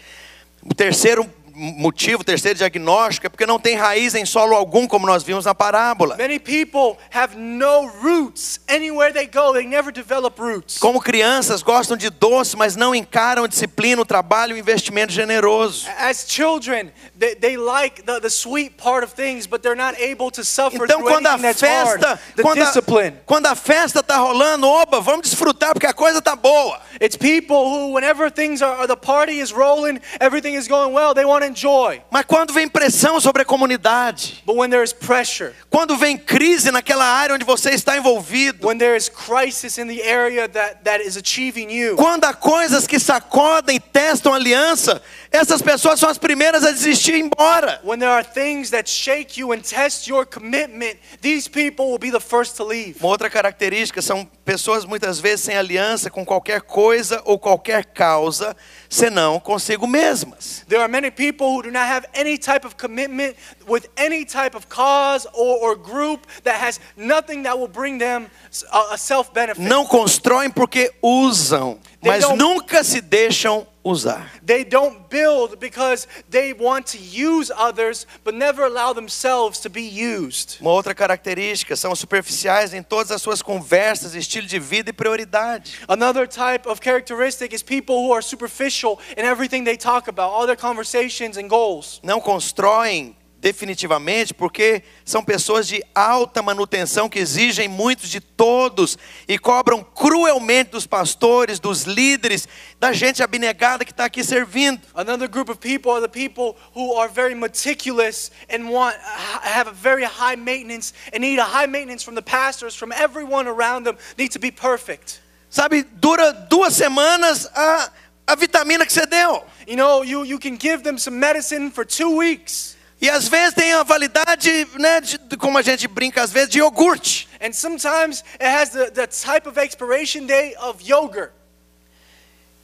Speaker 1: O terceiro motivo, o terceiro diagnóstico é porque não tem raiz em solo algum, como nós vimos na parábola.
Speaker 2: Many people have no roots. Anywhere they go, they never develop roots.
Speaker 1: Como crianças gostam de doce, mas não encaram a disciplina, o trabalho e o investimento generoso.
Speaker 2: As children, they, they like the, the sweet part of things, but they're not able to suffer
Speaker 1: Então,
Speaker 2: through
Speaker 1: quando a
Speaker 2: anything that's hard.
Speaker 1: festa,
Speaker 2: The
Speaker 1: quando a,
Speaker 2: discipline.
Speaker 1: quando a festa tá rolando, oba, vamos desfrutar porque a coisa tá boa.
Speaker 2: It's people who, whenever things are, or the party is rolling, everything is going well, they want to find joy.
Speaker 1: Mas quando vem pressão sobre a comunidade,
Speaker 2: But when there is pressure,
Speaker 1: quando vem crise naquela área onde você está envolvido,
Speaker 2: when there is crisis in the area that, that is achieving you,
Speaker 1: quando há coisas que sacodem e testam a aliança, essas pessoas são as primeiras a desistir e ir embora.
Speaker 2: when there are things that shake you and test your commitment, these people will be the first to leave.
Speaker 1: Uma outra característica são pessoas muitas vezes sem aliança com qualquer coisa ou qualquer causa, senão consigo mesmas.
Speaker 2: There are many people who do not have any type of commitment with any type of cause or, or group that has nothing that will bring them s- a, a self benefit.
Speaker 1: Não constroem porque usam, mas
Speaker 2: They don't-
Speaker 1: nunca se deixam usar.
Speaker 2: They don't build because they want to use others but never allow themselves to be used.
Speaker 1: Uma outra característica são superficiais em todas as suas conversas, estilo de vida e prioridade.
Speaker 2: Another type of characteristic is people who are superficial in everything they talk about, all their conversations and goals.
Speaker 1: Não constroem definitivamente porque são pessoas de alta manutenção que exigem muito de todos e cobram cruelmente dos pastores, dos líderes, da gente abnegada que está aqui servindo.
Speaker 2: Another group of people are the people who are very meticulous and want have a very high maintenance and need a high maintenance from the pastors, from everyone around them, need to be perfect.
Speaker 1: Sabe, dura duas semanas a, a vitamina que você deu.
Speaker 2: You know, you, you can give them some medicine for two weeks.
Speaker 1: E às vezes tem a validade, né, de- de- como a gente brinca às vezes, de iogurte.
Speaker 2: And sometimes it has the, the type of expiration date of yogurt.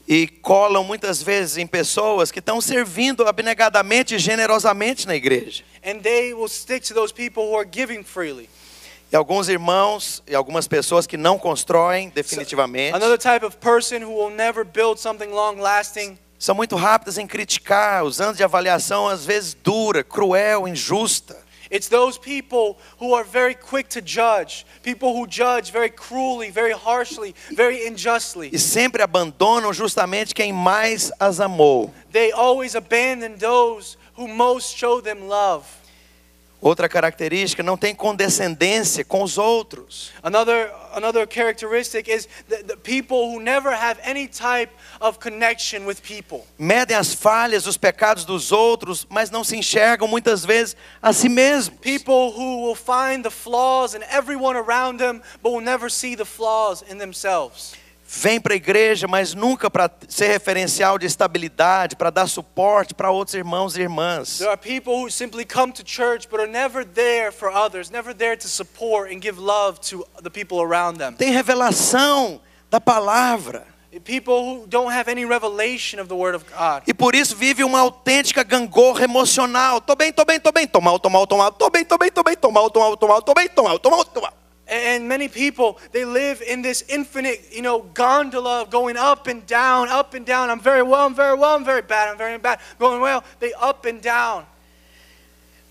Speaker 1: E colam muitas vezes em pessoas que estão servindo abnegadamente e generosamente na igreja.
Speaker 2: And they will stick to those people who are giving freely.
Speaker 1: E alguns irmãos e algumas pessoas que não constroem definitivamente
Speaker 2: Another type of person who will never build something long lasting.
Speaker 1: são muito rápidas em criticar, usando de avaliação às vezes dura, cruel, injusta.
Speaker 2: It's those people who are very quick to judge, people who judge very cruelly, very harshly, very
Speaker 1: E
Speaker 2: unjustly.
Speaker 1: sempre abandonam justamente quem mais as amou.
Speaker 2: They always abandon those who most show them love.
Speaker 1: Outra característica, não tem condescendência com os outros.
Speaker 2: Another, another characteristic is the, the people who never have any type of connection with people.
Speaker 1: Medem as falhas, os pecados dos outros, mas não se enxergam muitas vezes a si mesmos.
Speaker 2: People who will find the flaws in everyone around them, but will never see the flaws in themselves.
Speaker 1: Vem para a igreja, mas nunca para ser referencial de estabilidade, para dar suporte para outros irmãos e irmãs.
Speaker 2: There are people who simply come to church, but are never there for others, never there to support and give love to the people around them.
Speaker 1: Tem revelação da palavra.
Speaker 2: People who don't have any revelation of the Word of God.
Speaker 1: E por isso vive uma autêntica gangorra emocional. Tô bem, tô bem, tô bem, tô mal, tô mal, tô mal, tô bem, tô bem, tô bem, tô mal, tô mal, tô mal, tô bem, tô mal, tô mal, tô mal.
Speaker 2: And many people, they live in this infinite, you know, gondola of going up and down, up and down. I'm very well, I'm very well, I'm very bad, I'm very bad. Going well, they up and down.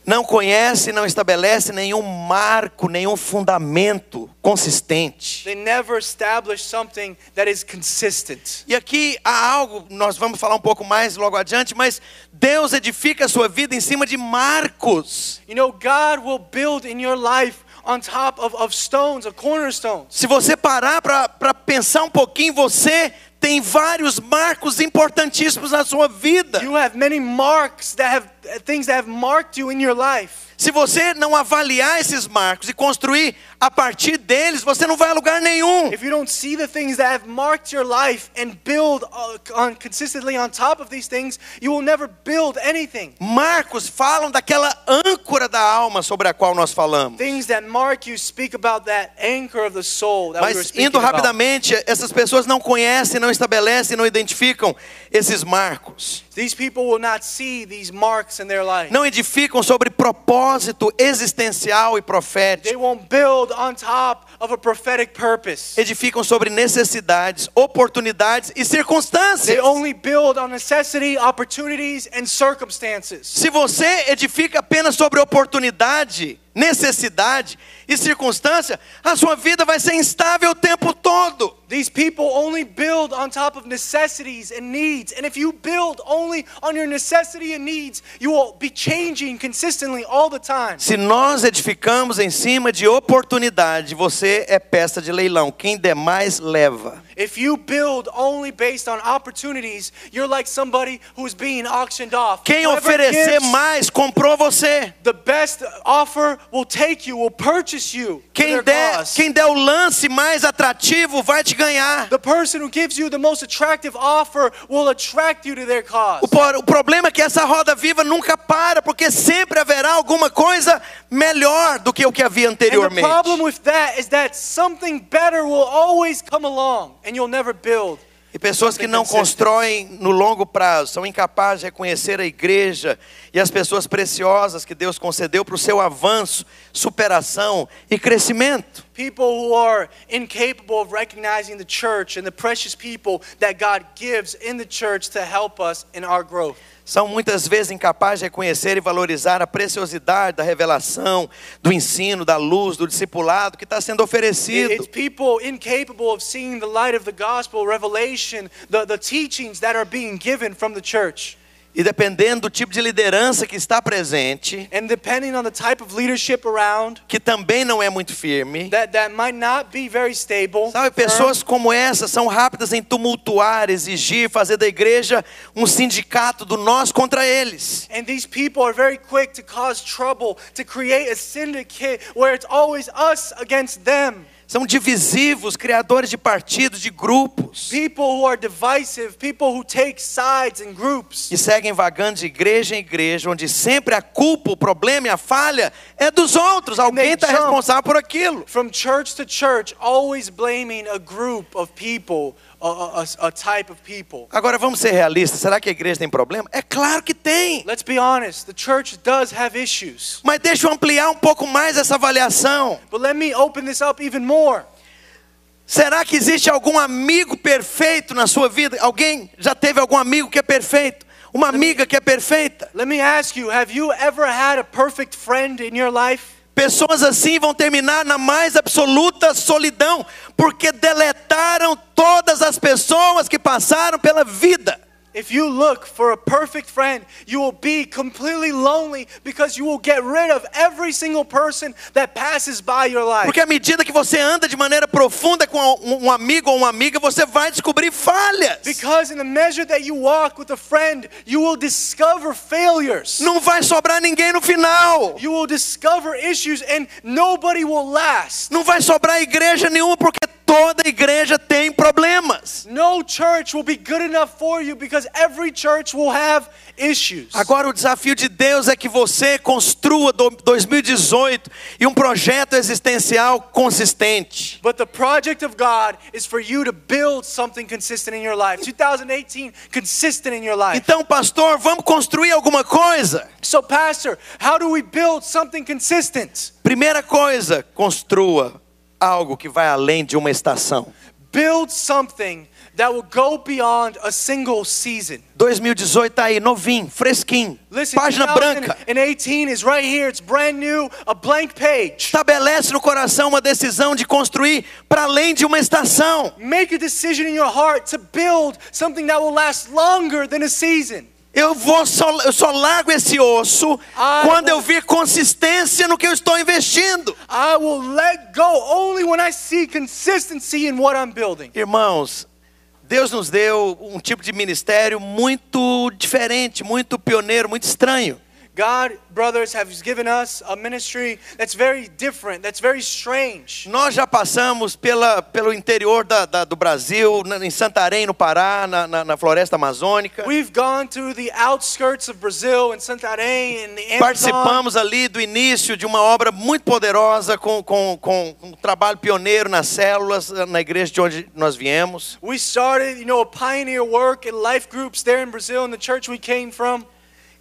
Speaker 1: Não conhece, não estabelece nenhum marco, nenhum fundamento consistente.
Speaker 2: They never establish something that is consistent.
Speaker 1: E aqui há algo, nós vamos falar um pouco mais logo adiante, mas Deus edifica a sua vida em cima de marcos.
Speaker 2: You know, God will build in your life on top of, of stones, of cornerstones.
Speaker 1: Se você parar para pensar um pouquinho, você tem vários marcos importantíssimos na sua vida.
Speaker 2: You have many marks that have things that have marked you in your life.
Speaker 1: Se você não avaliar esses marcos e construir a partir deles, você não vai a lugar nenhum.
Speaker 2: If you don't see the things that have marked your life and build uh, on consistently on top of these things, you will never build anything.
Speaker 1: Marcos falam daquela âncora da alma sobre a qual nós falamos.
Speaker 2: Things that mark you speak about that anchor of the soul that we were
Speaker 1: Mas
Speaker 2: speaking
Speaker 1: indo
Speaker 2: about.
Speaker 1: rapidamente, essas pessoas não conhecem, não estabelecem, não identificam esses marcos.
Speaker 2: These people will not see these marks in their life.
Speaker 1: Não edificam sobre propósito existencial e
Speaker 2: They
Speaker 1: profético.
Speaker 2: won't build on top of a prophetic purpose.
Speaker 1: Edificam sobre necessidades, oportunidades e circunstâncias.
Speaker 2: They only build on necessity, opportunities, and circumstances.
Speaker 1: Se você edifica apenas sobre oportunidade, necessidade e circunstância, a sua vida vai ser instável o tempo todo.
Speaker 2: These people only build on top of necessities and needs. And if you build only on your necessity and needs, you will be changing consistently all the time.
Speaker 1: Se nós edificamos em cima de oportunidade, você é peça de leilão. Quem demais leva.
Speaker 2: If you build only based on opportunities, you're like somebody who's being auctioned off.
Speaker 1: Quem
Speaker 2: Whoever
Speaker 1: oferecer
Speaker 2: gives
Speaker 1: mais comprou você.
Speaker 2: the best offer will take you, will purchase you. for
Speaker 1: Quem
Speaker 2: their
Speaker 1: der,
Speaker 2: cost.
Speaker 1: quem der o lance mais atrativo vai te ganhar.
Speaker 2: the person who gives you the most attractive offer will attract you to their cause.
Speaker 1: O, por- o problema é que essa roda viva nunca para, porque sempre haverá alguma coisa melhor do que o que havia
Speaker 2: And the
Speaker 1: anteriormente.
Speaker 2: problem with that is that something better will always come along and you'll never build.
Speaker 1: E pessoas que não constroem no longo prazo são incapazes de reconhecer a igreja e as pessoas preciosas que Deus concedeu para o seu avanço, superação e crescimento.
Speaker 2: People who are incapable of recognizing the church and the precious people that God gives in the church to help us in our growth.
Speaker 1: São muitas vezes incapazes de reconhecer e valorizar a preciosidade da revelação, do ensino, da luz, do discipulado que está sendo
Speaker 2: It- It's
Speaker 1: oferecido.
Speaker 2: people incapable of seeing the light of the gospel, revelation, the, the teachings that are being given from the church.
Speaker 1: E dependendo do tipo de liderança que está presente,
Speaker 2: And depending on the type of leadership around,
Speaker 1: que também não é muito firme.
Speaker 2: that, that might not be very stable.
Speaker 1: Sabe,
Speaker 2: firm.
Speaker 1: pessoas como essa são rápidas em tumultuar, exigir, fazer da igreja um sindicato do nós contra eles.
Speaker 2: And these people are very quick to cause trouble, to create a syndicate where it's always us against them.
Speaker 1: São divisivos, criadores de partidos, de grupos,
Speaker 2: People who are divisive, people who take sides in groups.
Speaker 1: que seguem vagando de igreja em igreja, onde sempre a culpa, o problema e a falha é dos outros. Alguém está
Speaker 2: jump.
Speaker 1: responsável por aquilo.
Speaker 2: From church to church, always blaming a group of people, a, a- a- a type of people.
Speaker 1: Agora vamos ser realistas. Será que a igreja tem problema? É claro que tem.
Speaker 2: Let's be honest, the church does have issues.
Speaker 1: Mas deixa eu ampliar um pouco mais essa avaliação.
Speaker 2: But let me open this up even more.
Speaker 1: Será que existe algum amigo perfeito na sua vida? Alguém já teve algum amigo que é perfeito? Uma amiga que é perfeita?
Speaker 2: Let me ask you have you ever had a perfect friend in your life?
Speaker 1: Pessoas assim vão terminar na mais absoluta solidão, porque deletaram todas as pessoas que passaram pela vida.
Speaker 2: If you look for a perfect friend, you will be completely lonely because you will get rid of every single person that passes by your life.
Speaker 1: Porque à medida que você anda de maneira profunda com um um amigo ou uma amiga, você vai descobrir falhas.
Speaker 2: Because in the measure that you walk with a friend, you will discover failures.
Speaker 1: Não vai sobrar ninguém no final.
Speaker 2: You will discover issues and nobody will last.
Speaker 1: Não vai sobrar igreja nenhuma, porque toda igreja tem problemas.
Speaker 2: No church will be good enough for you because every church will have issues.
Speaker 1: Agora o desafio de Deus é que você construa do- 2018 e um projeto existencial consistente.
Speaker 2: But the project of God is for you to build something consistent in your life. 2018, consistent in your life.
Speaker 1: Então, pastor, vamos construir alguma coisa?
Speaker 2: So, Pastor, how do we build something consistent?
Speaker 1: Primeira coisa, construa algo que vai além de uma estação.
Speaker 2: Build something that will go beyond a single season.
Speaker 1: 2018 tá aí, novinho, fresquinho,
Speaker 2: Listen,
Speaker 1: página branca.
Speaker 2: 2018 is right here. It's brand new, a blank page.
Speaker 1: Estabelece no coração uma decisão de construir para além de uma estação.
Speaker 2: Make a decision in your heart to build something that will last longer than a season.
Speaker 1: Eu vou só, eu só largo esse osso
Speaker 2: Ah,
Speaker 1: quando
Speaker 2: eu-
Speaker 1: eu vir consistência no que eu estou investindo.
Speaker 2: I will let go only when I see consistency in what I'm building.
Speaker 1: Irmãos, Deus nos deu um tipo de ministério muito diferente, muito pioneiro, muito estranho.
Speaker 2: God, brothers, has given us a ministry that's very different, that's very strange.
Speaker 1: Nós já passamos pela, pelo interior da- da- do Brasil, na- em Santarém, no Pará, na, na- na floresta amazônica.
Speaker 2: We've gone to the outskirts of Brazil and Santarém and the Amazon.
Speaker 1: Participamos ali do início de uma obra muito poderosa, com, com, com um trabalho pioneiro nas células, na igreja de onde nós viemos.
Speaker 2: We started, you know, a pioneer work in life groups there in Brazil in the church we came from.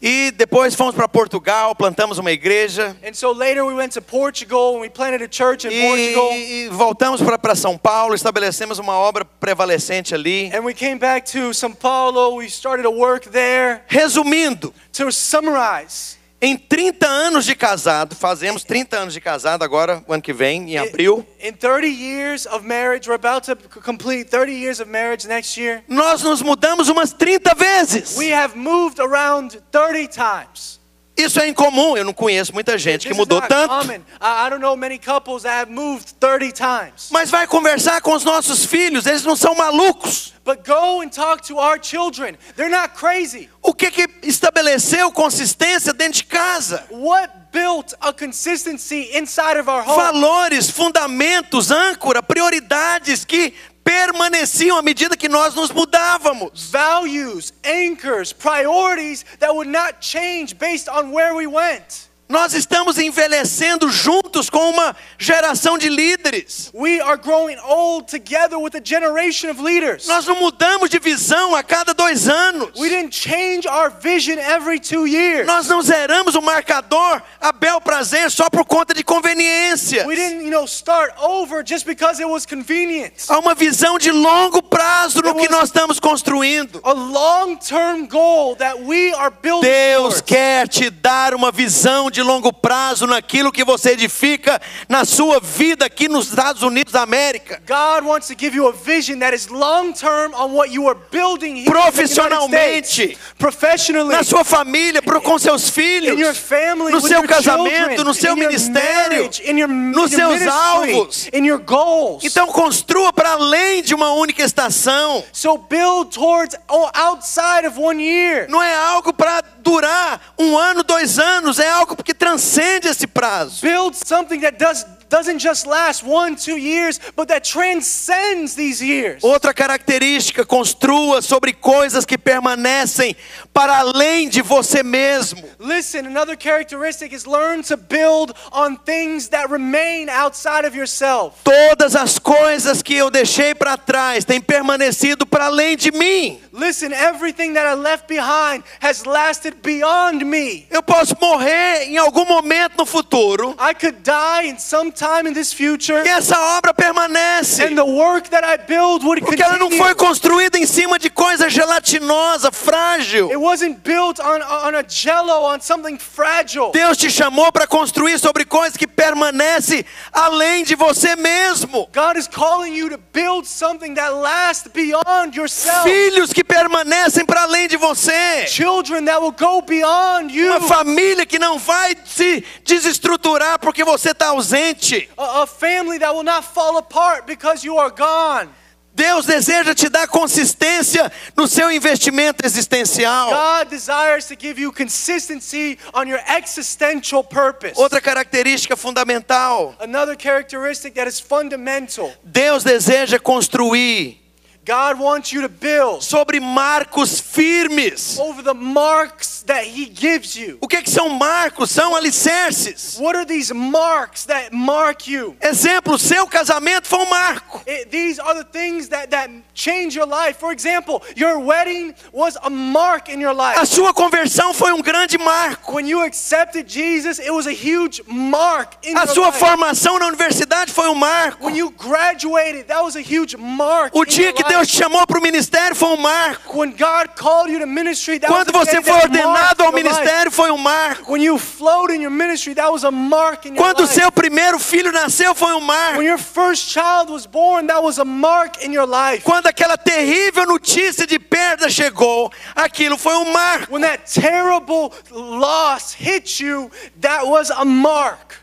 Speaker 1: E depois fomos para Portugal, plantamos uma igreja.
Speaker 2: And so later we went to Portugal and we planted a church in Portugal.
Speaker 1: E, e voltamos para São Paulo, estabelecemos uma obra prevalecente ali.
Speaker 2: And we came back to São Paulo. We started a work there.
Speaker 1: Resumindo,
Speaker 2: To summarize,
Speaker 1: em 30 anos de casado, fazemos 30 anos de casado agora, o ano que vem, em
Speaker 2: i-
Speaker 1: abril,
Speaker 2: in 30 years of marriage, we're about to c- complete 30 years of marriage next year.
Speaker 1: nós nos mudamos umas 30 vezes.
Speaker 2: We have moved around 30 times.
Speaker 1: Isso é incomum, eu não conheço muita gente que
Speaker 2: This is
Speaker 1: mudou
Speaker 2: not
Speaker 1: tanto.
Speaker 2: common. I, I don't know many couples that have moved 30 times.
Speaker 1: Mas vai conversar com os nossos filhos, eles não são malucos.
Speaker 2: But go and talk to our children. They're not crazy.
Speaker 1: O que que estabeleceu consistência dentro de casa?
Speaker 2: What built a consistency inside of our home?
Speaker 1: Valores, fundamentos, âncora, prioridades que permaneciam à medida que nós nos mudávamos.
Speaker 2: Values, anchors, priorities that would not change based on where we went.
Speaker 1: Nós estamos envelhecendo juntos com uma geração de líderes.
Speaker 2: We are growing old together with a generation of leaders.
Speaker 1: Nós não mudamos de visão a cada dois anos.
Speaker 2: We didn't change our vision every two years.
Speaker 1: Nós não zeramos o marcador a bel prazer só por conta de conveniência.
Speaker 2: We didn't, you know, start over just because it was convenient.
Speaker 1: Há uma visão de longo prazo no que nós estamos construindo.
Speaker 2: A long-term goal that we are building
Speaker 1: Deus
Speaker 2: towards.
Speaker 1: quer te dar uma visão de longo prazo naquilo que você edifica na sua vida aqui nos Estados Unidos da América.
Speaker 2: God wants to give you a vision that is long-term on what you are building here in the United
Speaker 1: Profissionalmente.
Speaker 2: States. professionally,
Speaker 1: Na sua família, pro- com seus filhos,
Speaker 2: in your family,
Speaker 1: no
Speaker 2: with
Speaker 1: seu
Speaker 2: your
Speaker 1: casamento,
Speaker 2: children,
Speaker 1: no seu
Speaker 2: in your
Speaker 1: ministério.
Speaker 2: marriage, in your,
Speaker 1: nos
Speaker 2: in your
Speaker 1: seus
Speaker 2: ministry,
Speaker 1: alvos.
Speaker 2: in your goals.
Speaker 1: Então construa para além de uma única estação.
Speaker 2: so build towards oh, outside of one year.
Speaker 1: Não é algo para durar um ano, dois anos, é algo que transcende esse prazo.
Speaker 2: Build something that does doesn't just last one, two years, but that transcends these years.
Speaker 1: Outra característica, construa sobre coisas que permanecem para além de você mesmo.
Speaker 2: Listen, another characteristic is learn to build on things that remain outside of yourself.
Speaker 1: Todas as coisas que eu deixei para trás têm permanecido para além de mim.
Speaker 2: Listen, everything that I left behind has lasted beyond me.
Speaker 1: Eu posso morrer em algum momento no futuro
Speaker 2: I could die in some time in this future,
Speaker 1: e essa obra permanece.
Speaker 2: and the work that I build would
Speaker 1: Porque ela não
Speaker 2: continue.
Speaker 1: foi construída em cima de coisa gelatinosa,
Speaker 2: It
Speaker 1: frágil.
Speaker 2: wasn't built on, on a jello, on something fragile.
Speaker 1: Deus te chamou para construir sobre coisas que permanece além de você mesmo.
Speaker 2: God is calling you to build something that lasts beyond yourself.
Speaker 1: Filhos que permanecem para além de você.
Speaker 2: Children that will go beyond you.
Speaker 1: Uma família que não vai se desestruturar porque você está ausente.
Speaker 2: a, a family that will not fall apart because you are gone.
Speaker 1: Deus deseja te dar consistência no seu investimento existencial.
Speaker 2: God desires to give you consistency on your existential purpose.
Speaker 1: Outra característica fundamental:
Speaker 2: Another characteristic that is fundamental
Speaker 1: Deus deseja construir
Speaker 2: God wants you to build
Speaker 1: sobre marcos firmes.
Speaker 2: over the marks that He gives you.
Speaker 1: O que, que são marcos? São alicerces.
Speaker 2: What are these marks that mark you?
Speaker 1: Exemplo: seu casamento foi um marco.
Speaker 2: It- these are the things that, that change your life. For example, your wedding was a mark in your
Speaker 1: A
Speaker 2: life.
Speaker 1: sua conversão foi um grande marco.
Speaker 2: When you accepted Jesus, it was a huge mark in
Speaker 1: A
Speaker 2: your
Speaker 1: sua
Speaker 2: life.
Speaker 1: formação na universidade foi um marco.
Speaker 2: When you graduated, that was a huge mark.
Speaker 1: O
Speaker 2: in your
Speaker 1: dia que
Speaker 2: life.
Speaker 1: Deus te chamou para o ministério foi um marco.
Speaker 2: When God called you to ministry, that
Speaker 1: Quando
Speaker 2: was a
Speaker 1: você
Speaker 2: day
Speaker 1: foi
Speaker 2: that marked
Speaker 1: ordenado ao
Speaker 2: your life.
Speaker 1: ministério foi um marco.
Speaker 2: When you flowed in your ministry, that was a mark in your
Speaker 1: Quando o
Speaker 2: life.
Speaker 1: seu primeiro filho nasceu foi um
Speaker 2: When
Speaker 1: marco.
Speaker 2: your first child was born, that was a mark in your life.
Speaker 1: Quando aquela terrível notícia de perda chegou, aquilo foi um marco.
Speaker 2: When that terrible loss hit you, that was a mark.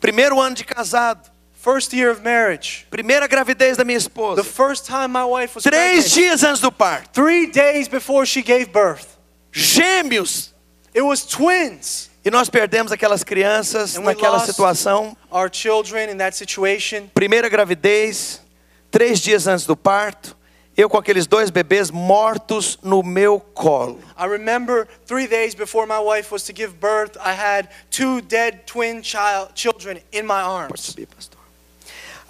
Speaker 1: Primeiro ano de casado,
Speaker 2: First year of marriage,
Speaker 1: primeira gravidez da minha
Speaker 2: the
Speaker 1: esposa.
Speaker 2: first time my wife was
Speaker 1: Três
Speaker 2: pregnant,
Speaker 1: dias antes do parto.
Speaker 2: three days before she gave birth,
Speaker 1: Gêmeos.
Speaker 2: it was twins.
Speaker 1: E nós perdemos aquelas crianças
Speaker 2: And we
Speaker 1: naquela
Speaker 2: lost
Speaker 1: situação.
Speaker 2: Our children in that situation.
Speaker 1: Primeira gravidez, três dias antes do parto. Eu com aqueles dois bebês mortos no meu colo.
Speaker 2: I remember three days before my wife was to give birth, I had two dead twin child children in my
Speaker 1: Pode
Speaker 2: arms.
Speaker 1: subir, pastor.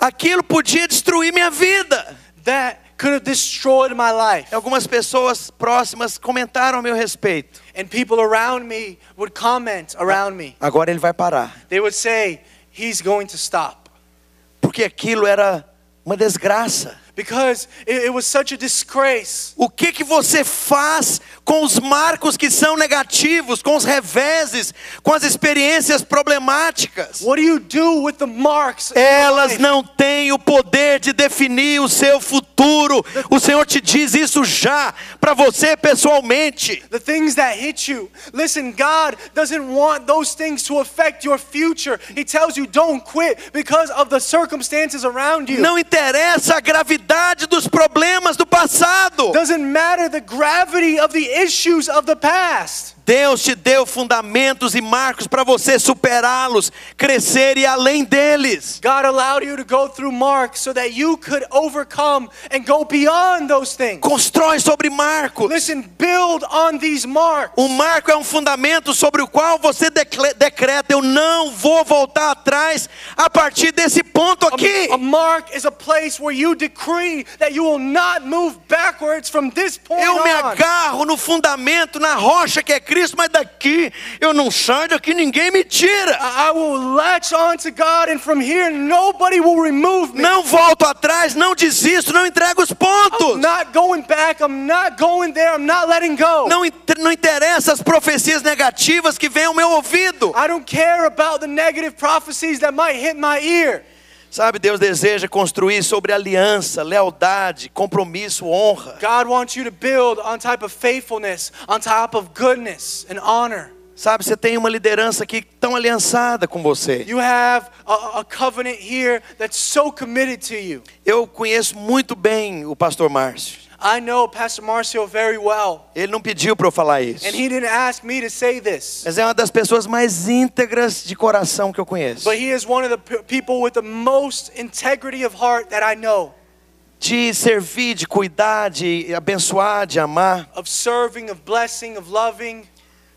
Speaker 1: Aquilo podia destruir minha vida.
Speaker 2: That could have destroyed my life.
Speaker 1: Algumas pessoas próximas comentaram a meu respeito.
Speaker 2: And people around me would comment around me.
Speaker 1: Agora ele vai parar.
Speaker 2: They would say, He's going to stop.
Speaker 1: Porque aquilo era uma desgraça.
Speaker 2: because it, it was such a disgrace.
Speaker 1: O que que você faz com os marcos que são negativos, com os reveses, com as experiências problemáticas?
Speaker 2: What do you do with the marks? in your
Speaker 1: Elas
Speaker 2: life?
Speaker 1: não têm o poder de definir o seu futuro. O Senhor te diz isso já para você pessoalmente.
Speaker 2: The things that hit you. Listen, God doesn't want those things to affect your future. He tells you don't quit because of the circumstances around you.
Speaker 1: Não interessa a gravidade dos problemas do passado.
Speaker 2: Doesn't matter the gravity of the issues of the past.
Speaker 1: Deus te deu fundamentos e marcos para você superá-los, crescer e ir além deles.
Speaker 2: God allowed you to go through Mark so that you could overcome and go beyond those things.
Speaker 1: Constrói sobre marcos.
Speaker 2: Listen, build on these marks.
Speaker 1: O marco é um fundamento sobre o qual você decle- decreta: eu não vou voltar atrás a partir desse ponto aqui.
Speaker 2: A mark is a place where you decree that you will not move backwards from this point
Speaker 1: Eu me
Speaker 2: on.
Speaker 1: agarro no fundamento, na rocha que é Cristo, mas daqui eu não saio, daqui ninguém me tira.
Speaker 2: I I will latch on to God, and from here, nobody will remove me.
Speaker 1: Não volto atrás, não desisto, não entrego os
Speaker 2: I'm
Speaker 1: pontos.
Speaker 2: not going back. I'm not going there. I'm not letting go.
Speaker 1: Não, in- não interessa as profecias negativas que vêm ao meu ouvido.
Speaker 2: I don't care about the negative prophecies that might hit my ear.
Speaker 1: Sabe, Deus deseja construir sobre aliança, lealdade, compromisso, honra.
Speaker 2: God wants you to build on type of faithfulness, on top of goodness and honor.
Speaker 1: Sabe, você tem uma liderança aqui tão aliançada com você.
Speaker 2: You have a, a covenant here that's so committed to you.
Speaker 1: Eu conheço muito bem o pastor Márcio.
Speaker 2: I know Pastor Marcio very well,
Speaker 1: Ele não pediu para eu falar isso.
Speaker 2: and he didn't ask me to say this,
Speaker 1: Mas é uma das pessoas mais íntegras de coração que eu conheço.
Speaker 2: but he is one of the p- people with the most integrity of heart that I know.
Speaker 1: De servir, de cuidar, de abençoar, de amar.
Speaker 2: of serving, of blessing, of loving.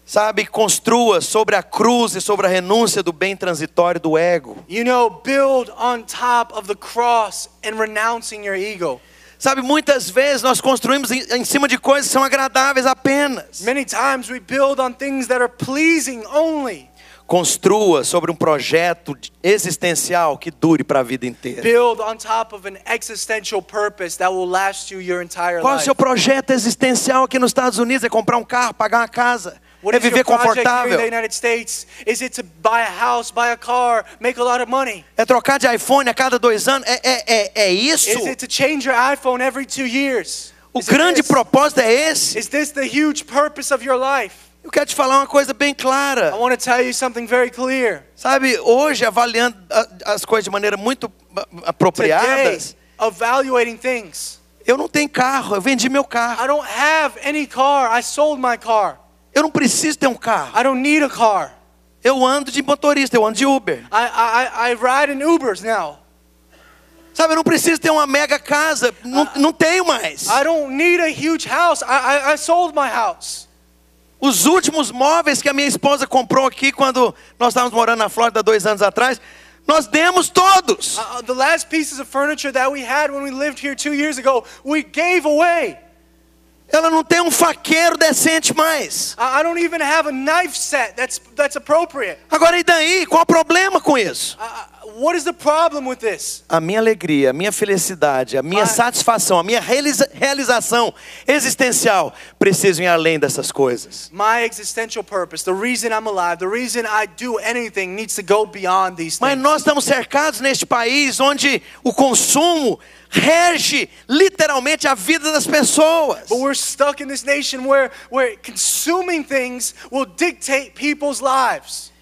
Speaker 1: Sabe, construa sobre a cruz e sobre a renúncia do bem transitório do ego.
Speaker 2: You know, build on top of the cross and renouncing your ego.
Speaker 1: Sabe, muitas vezes nós construímos em, em cima de coisas que são agradáveis apenas.
Speaker 2: Many times we build on things that are pleasing only.
Speaker 1: Construa sobre um projeto de- existencial que dure para a vida inteira.
Speaker 2: Build on top of an existential purpose that will last you your entire
Speaker 1: Qual é o
Speaker 2: life.
Speaker 1: seu projeto existencial aqui nos Estados Unidos? É comprar um carro, pagar uma casa,
Speaker 2: What
Speaker 1: é
Speaker 2: is your
Speaker 1: viver
Speaker 2: project here in the
Speaker 1: confortável,
Speaker 2: United States? Is it to buy a house, buy a car, make a lot of money?
Speaker 1: é trocar de iPhone a cada dois anos. É, é, é, é isso?
Speaker 2: Is it to change your iPhone every two years?
Speaker 1: O
Speaker 2: Is it
Speaker 1: grande
Speaker 2: this?
Speaker 1: propósito é esse.
Speaker 2: Is this the huge purpose of your life?
Speaker 1: Eu quero te falar uma coisa bem clara.
Speaker 2: I want to tell you something very clear.
Speaker 1: Sabe, hoje, avaliando a- as coisas de maneira muito ah,
Speaker 2: today
Speaker 1: apropriadas,
Speaker 2: evaluating things.
Speaker 1: eu não tenho carro, eu vendi meu
Speaker 2: I
Speaker 1: carro.
Speaker 2: don't have any car. I sold my car.
Speaker 1: Eu não preciso ter um carro.
Speaker 2: I don't need a car.
Speaker 1: Eu ando de motorista, eu ando de Uber.
Speaker 2: I, I, I- I ride in Ubers now.
Speaker 1: Sabe, eu não preciso ter uma mega casa, não, não tenho mais.
Speaker 2: I don't need a huge house. I, I, I sold my house.
Speaker 1: Os últimos móveis que a minha esposa comprou aqui quando nós estávamos morando na Flórida dois anos atrás, nós demos todos.
Speaker 2: Uh, the last pieces of furniture that we had when we lived here two years ago, we gave away.
Speaker 1: Ela não tem um faqueiro decente mais.
Speaker 2: I, I don't even have a knife set that's, that's appropriate.
Speaker 1: Agora e daí? Qual o problema com isso?
Speaker 2: I, I- what is the problem with this?
Speaker 1: A minha alegria, a minha felicidade, a minha
Speaker 2: Ah.
Speaker 1: satisfação, a minha realiza- realização existencial precisam ir além dessas coisas.
Speaker 2: My existential purpose, the reason I'm alive, the reason I do anything needs to go beyond these
Speaker 1: Mas
Speaker 2: things.
Speaker 1: nós estamos cercados neste país onde o consumo rege literalmente a vida das pessoas.
Speaker 2: But we're stuck in this nation where, where consuming things will dictate people's lives.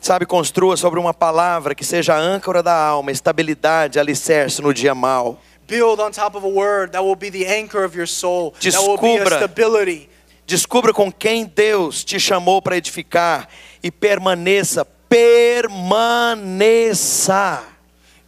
Speaker 1: Sabe, construa sobre uma palavra que seja a âncora da alma, estabilidade, alicerce no dia mal.
Speaker 2: Build on top of a word that will be the anchor of your soul, that will be a
Speaker 1: Descubra.
Speaker 2: stability.
Speaker 1: Descubra com quem Deus te chamou para edificar e permaneça, permaneça.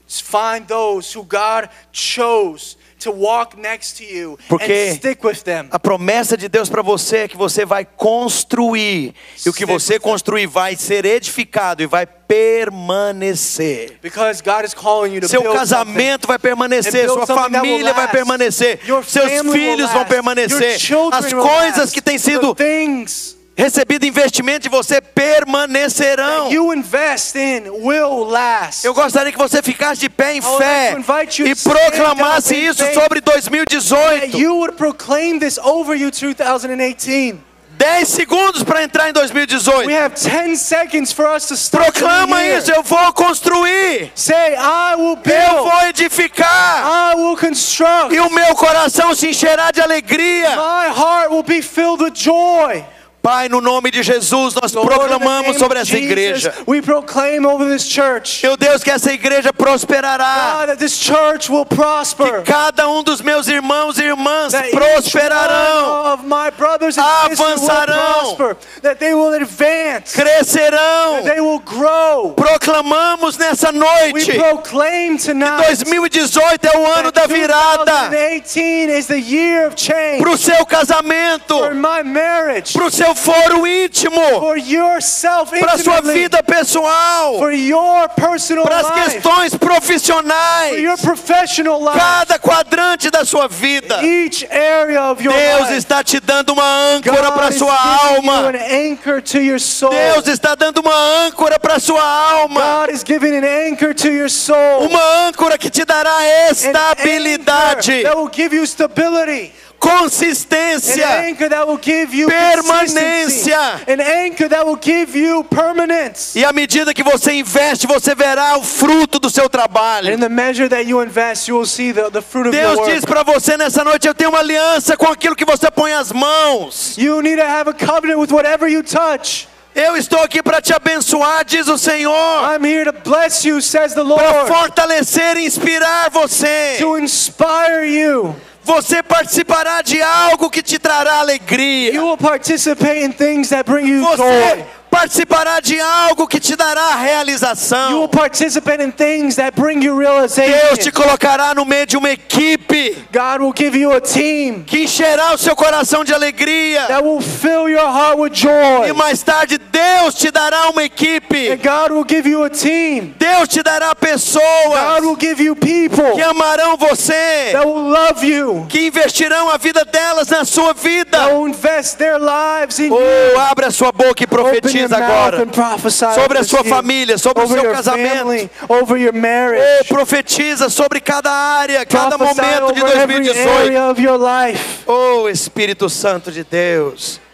Speaker 2: Find those who God chose to walk next to you
Speaker 1: Porque
Speaker 2: and stick with them.
Speaker 1: A promessa de Deus para você é que você vai construir, e o que você construir vai ser edificado e vai permanecer.
Speaker 2: Because God is calling you to
Speaker 1: Seu
Speaker 2: build something.
Speaker 1: casamento vai permanecer,
Speaker 2: And
Speaker 1: sua
Speaker 2: build something that will
Speaker 1: família vai
Speaker 2: last.
Speaker 1: permanecer,
Speaker 2: Your
Speaker 1: seus
Speaker 2: family will
Speaker 1: filhos vão
Speaker 2: last. Your
Speaker 1: permanecer,
Speaker 2: children
Speaker 1: as
Speaker 2: will
Speaker 1: coisas
Speaker 2: last.
Speaker 1: que têm
Speaker 2: The
Speaker 1: sido
Speaker 2: things
Speaker 1: recebido investimento de você permanecerão.
Speaker 2: you invest in will last.
Speaker 1: Eu gostaria que você ficasse de pé em
Speaker 2: would
Speaker 1: fé
Speaker 2: like to invite you
Speaker 1: e
Speaker 2: to stand
Speaker 1: proclamasse
Speaker 2: up in
Speaker 1: isso
Speaker 2: faith.
Speaker 1: sobre
Speaker 2: that
Speaker 1: 2018.
Speaker 2: you would proclaim this over you 2018.
Speaker 1: 10 segundos para entrar em
Speaker 2: We
Speaker 1: 2018.
Speaker 2: have 10 seconds for us to start. the
Speaker 1: Proclama
Speaker 2: new year.
Speaker 1: isso, eu vou construir,
Speaker 2: Say, I
Speaker 1: eu
Speaker 2: will build.
Speaker 1: vou edificar
Speaker 2: I will construct.
Speaker 1: e o meu coração se encherá de alegria.
Speaker 2: My heart will be filled with joy.
Speaker 1: Pai, no nome de Jesus, nós
Speaker 2: Lord, in the name
Speaker 1: proclamamos
Speaker 2: of
Speaker 1: sobre essa
Speaker 2: Jesus,
Speaker 1: igreja.
Speaker 2: We proclaim over this church.
Speaker 1: Meu Deus, que essa igreja prosperará.
Speaker 2: God, that this church will prosper.
Speaker 1: Cada um dos meus irmãos e irmãs
Speaker 2: That each
Speaker 1: prosperarão,
Speaker 2: one of my brothers and sisters will
Speaker 1: Avançarão.
Speaker 2: prosper. That they will advance.
Speaker 1: crescerão.
Speaker 2: That they will grow.
Speaker 1: Proclamamos nessa
Speaker 2: We
Speaker 1: noite.
Speaker 2: proclaim tonight.
Speaker 1: 2018 é o ano da
Speaker 2: that
Speaker 1: virada
Speaker 2: 2018 is the year of change
Speaker 1: pro seu casamento,
Speaker 2: for my marriage,
Speaker 1: pro seu foro íntimo,
Speaker 2: for yourself
Speaker 1: pra sua
Speaker 2: intimately,
Speaker 1: vida pessoal,
Speaker 2: for your personal
Speaker 1: para as
Speaker 2: life,
Speaker 1: questões
Speaker 2: for your
Speaker 1: profissionais,
Speaker 2: professional life,
Speaker 1: cada quadrante da sua vida.
Speaker 2: each area of your
Speaker 1: Deus
Speaker 2: life.
Speaker 1: está te dando uma âncora
Speaker 2: God
Speaker 1: para
Speaker 2: is
Speaker 1: sua
Speaker 2: giving you
Speaker 1: alma.
Speaker 2: an anchor to your soul.
Speaker 1: Deus está dando uma âncora para sua alma.
Speaker 2: God is giving an anchor to your soul.
Speaker 1: Uma âncora que te dará
Speaker 2: An
Speaker 1: estabilidade,
Speaker 2: anchor that will give you stability. An
Speaker 1: consistência
Speaker 2: anchor that will give you consistency.
Speaker 1: Permanência.
Speaker 2: An anchor that will give you permanence.
Speaker 1: E à medida que você investe, você verá o fruto do seu
Speaker 2: And in
Speaker 1: trabalho.
Speaker 2: the measure that you invest, you will see the, the fruit of your
Speaker 1: Deus
Speaker 2: work.
Speaker 1: diz para você nessa noite: eu tenho uma aliança com aquilo que você põe as mãos.
Speaker 2: You need to have a covenant with whatever you touch.
Speaker 1: Eu estou aqui para te abençoar, diz o Senhor,
Speaker 2: I'm here to bless you, says
Speaker 1: para
Speaker 2: the Lord,
Speaker 1: fortalecer e inspirar você.
Speaker 2: to inspire you.
Speaker 1: Você participará de algo que te trará
Speaker 2: You
Speaker 1: alegria.
Speaker 2: will participate in things that bring you
Speaker 1: Você
Speaker 2: joy.
Speaker 1: participará de algo que te dará
Speaker 2: You will
Speaker 1: realização.
Speaker 2: participate in things that bring you
Speaker 1: Deus te
Speaker 2: realization.
Speaker 1: colocará no meio de uma equipe
Speaker 2: God will give you a team
Speaker 1: que encherá o seu coração de alegria.
Speaker 2: that will fill your heart with
Speaker 1: E
Speaker 2: joy.
Speaker 1: mais tarde, Deus te dará uma equipe.
Speaker 2: And God will give you a team.
Speaker 1: Deus te dará
Speaker 2: God will
Speaker 1: pessoas
Speaker 2: give you people
Speaker 1: que amarão você,
Speaker 2: that will love you,
Speaker 1: que investirão a vida delas na sua
Speaker 2: that
Speaker 1: vida.
Speaker 2: will invest their lives in you.
Speaker 1: Oh, abra sua boca e
Speaker 2: Open your
Speaker 1: profetiza
Speaker 2: mouth
Speaker 1: agora.
Speaker 2: and prophesy
Speaker 1: Sobre a
Speaker 2: over
Speaker 1: sua
Speaker 2: you,
Speaker 1: família, sobre o
Speaker 2: over
Speaker 1: seu
Speaker 2: your
Speaker 1: casamento.
Speaker 2: family, over your marriage.
Speaker 1: Oh, profetiza sobre cada área, cada
Speaker 2: Prophesy
Speaker 1: momento de e
Speaker 2: over every
Speaker 1: 2018.
Speaker 2: area of your life.
Speaker 1: Oh, Espírito Santo de Deus.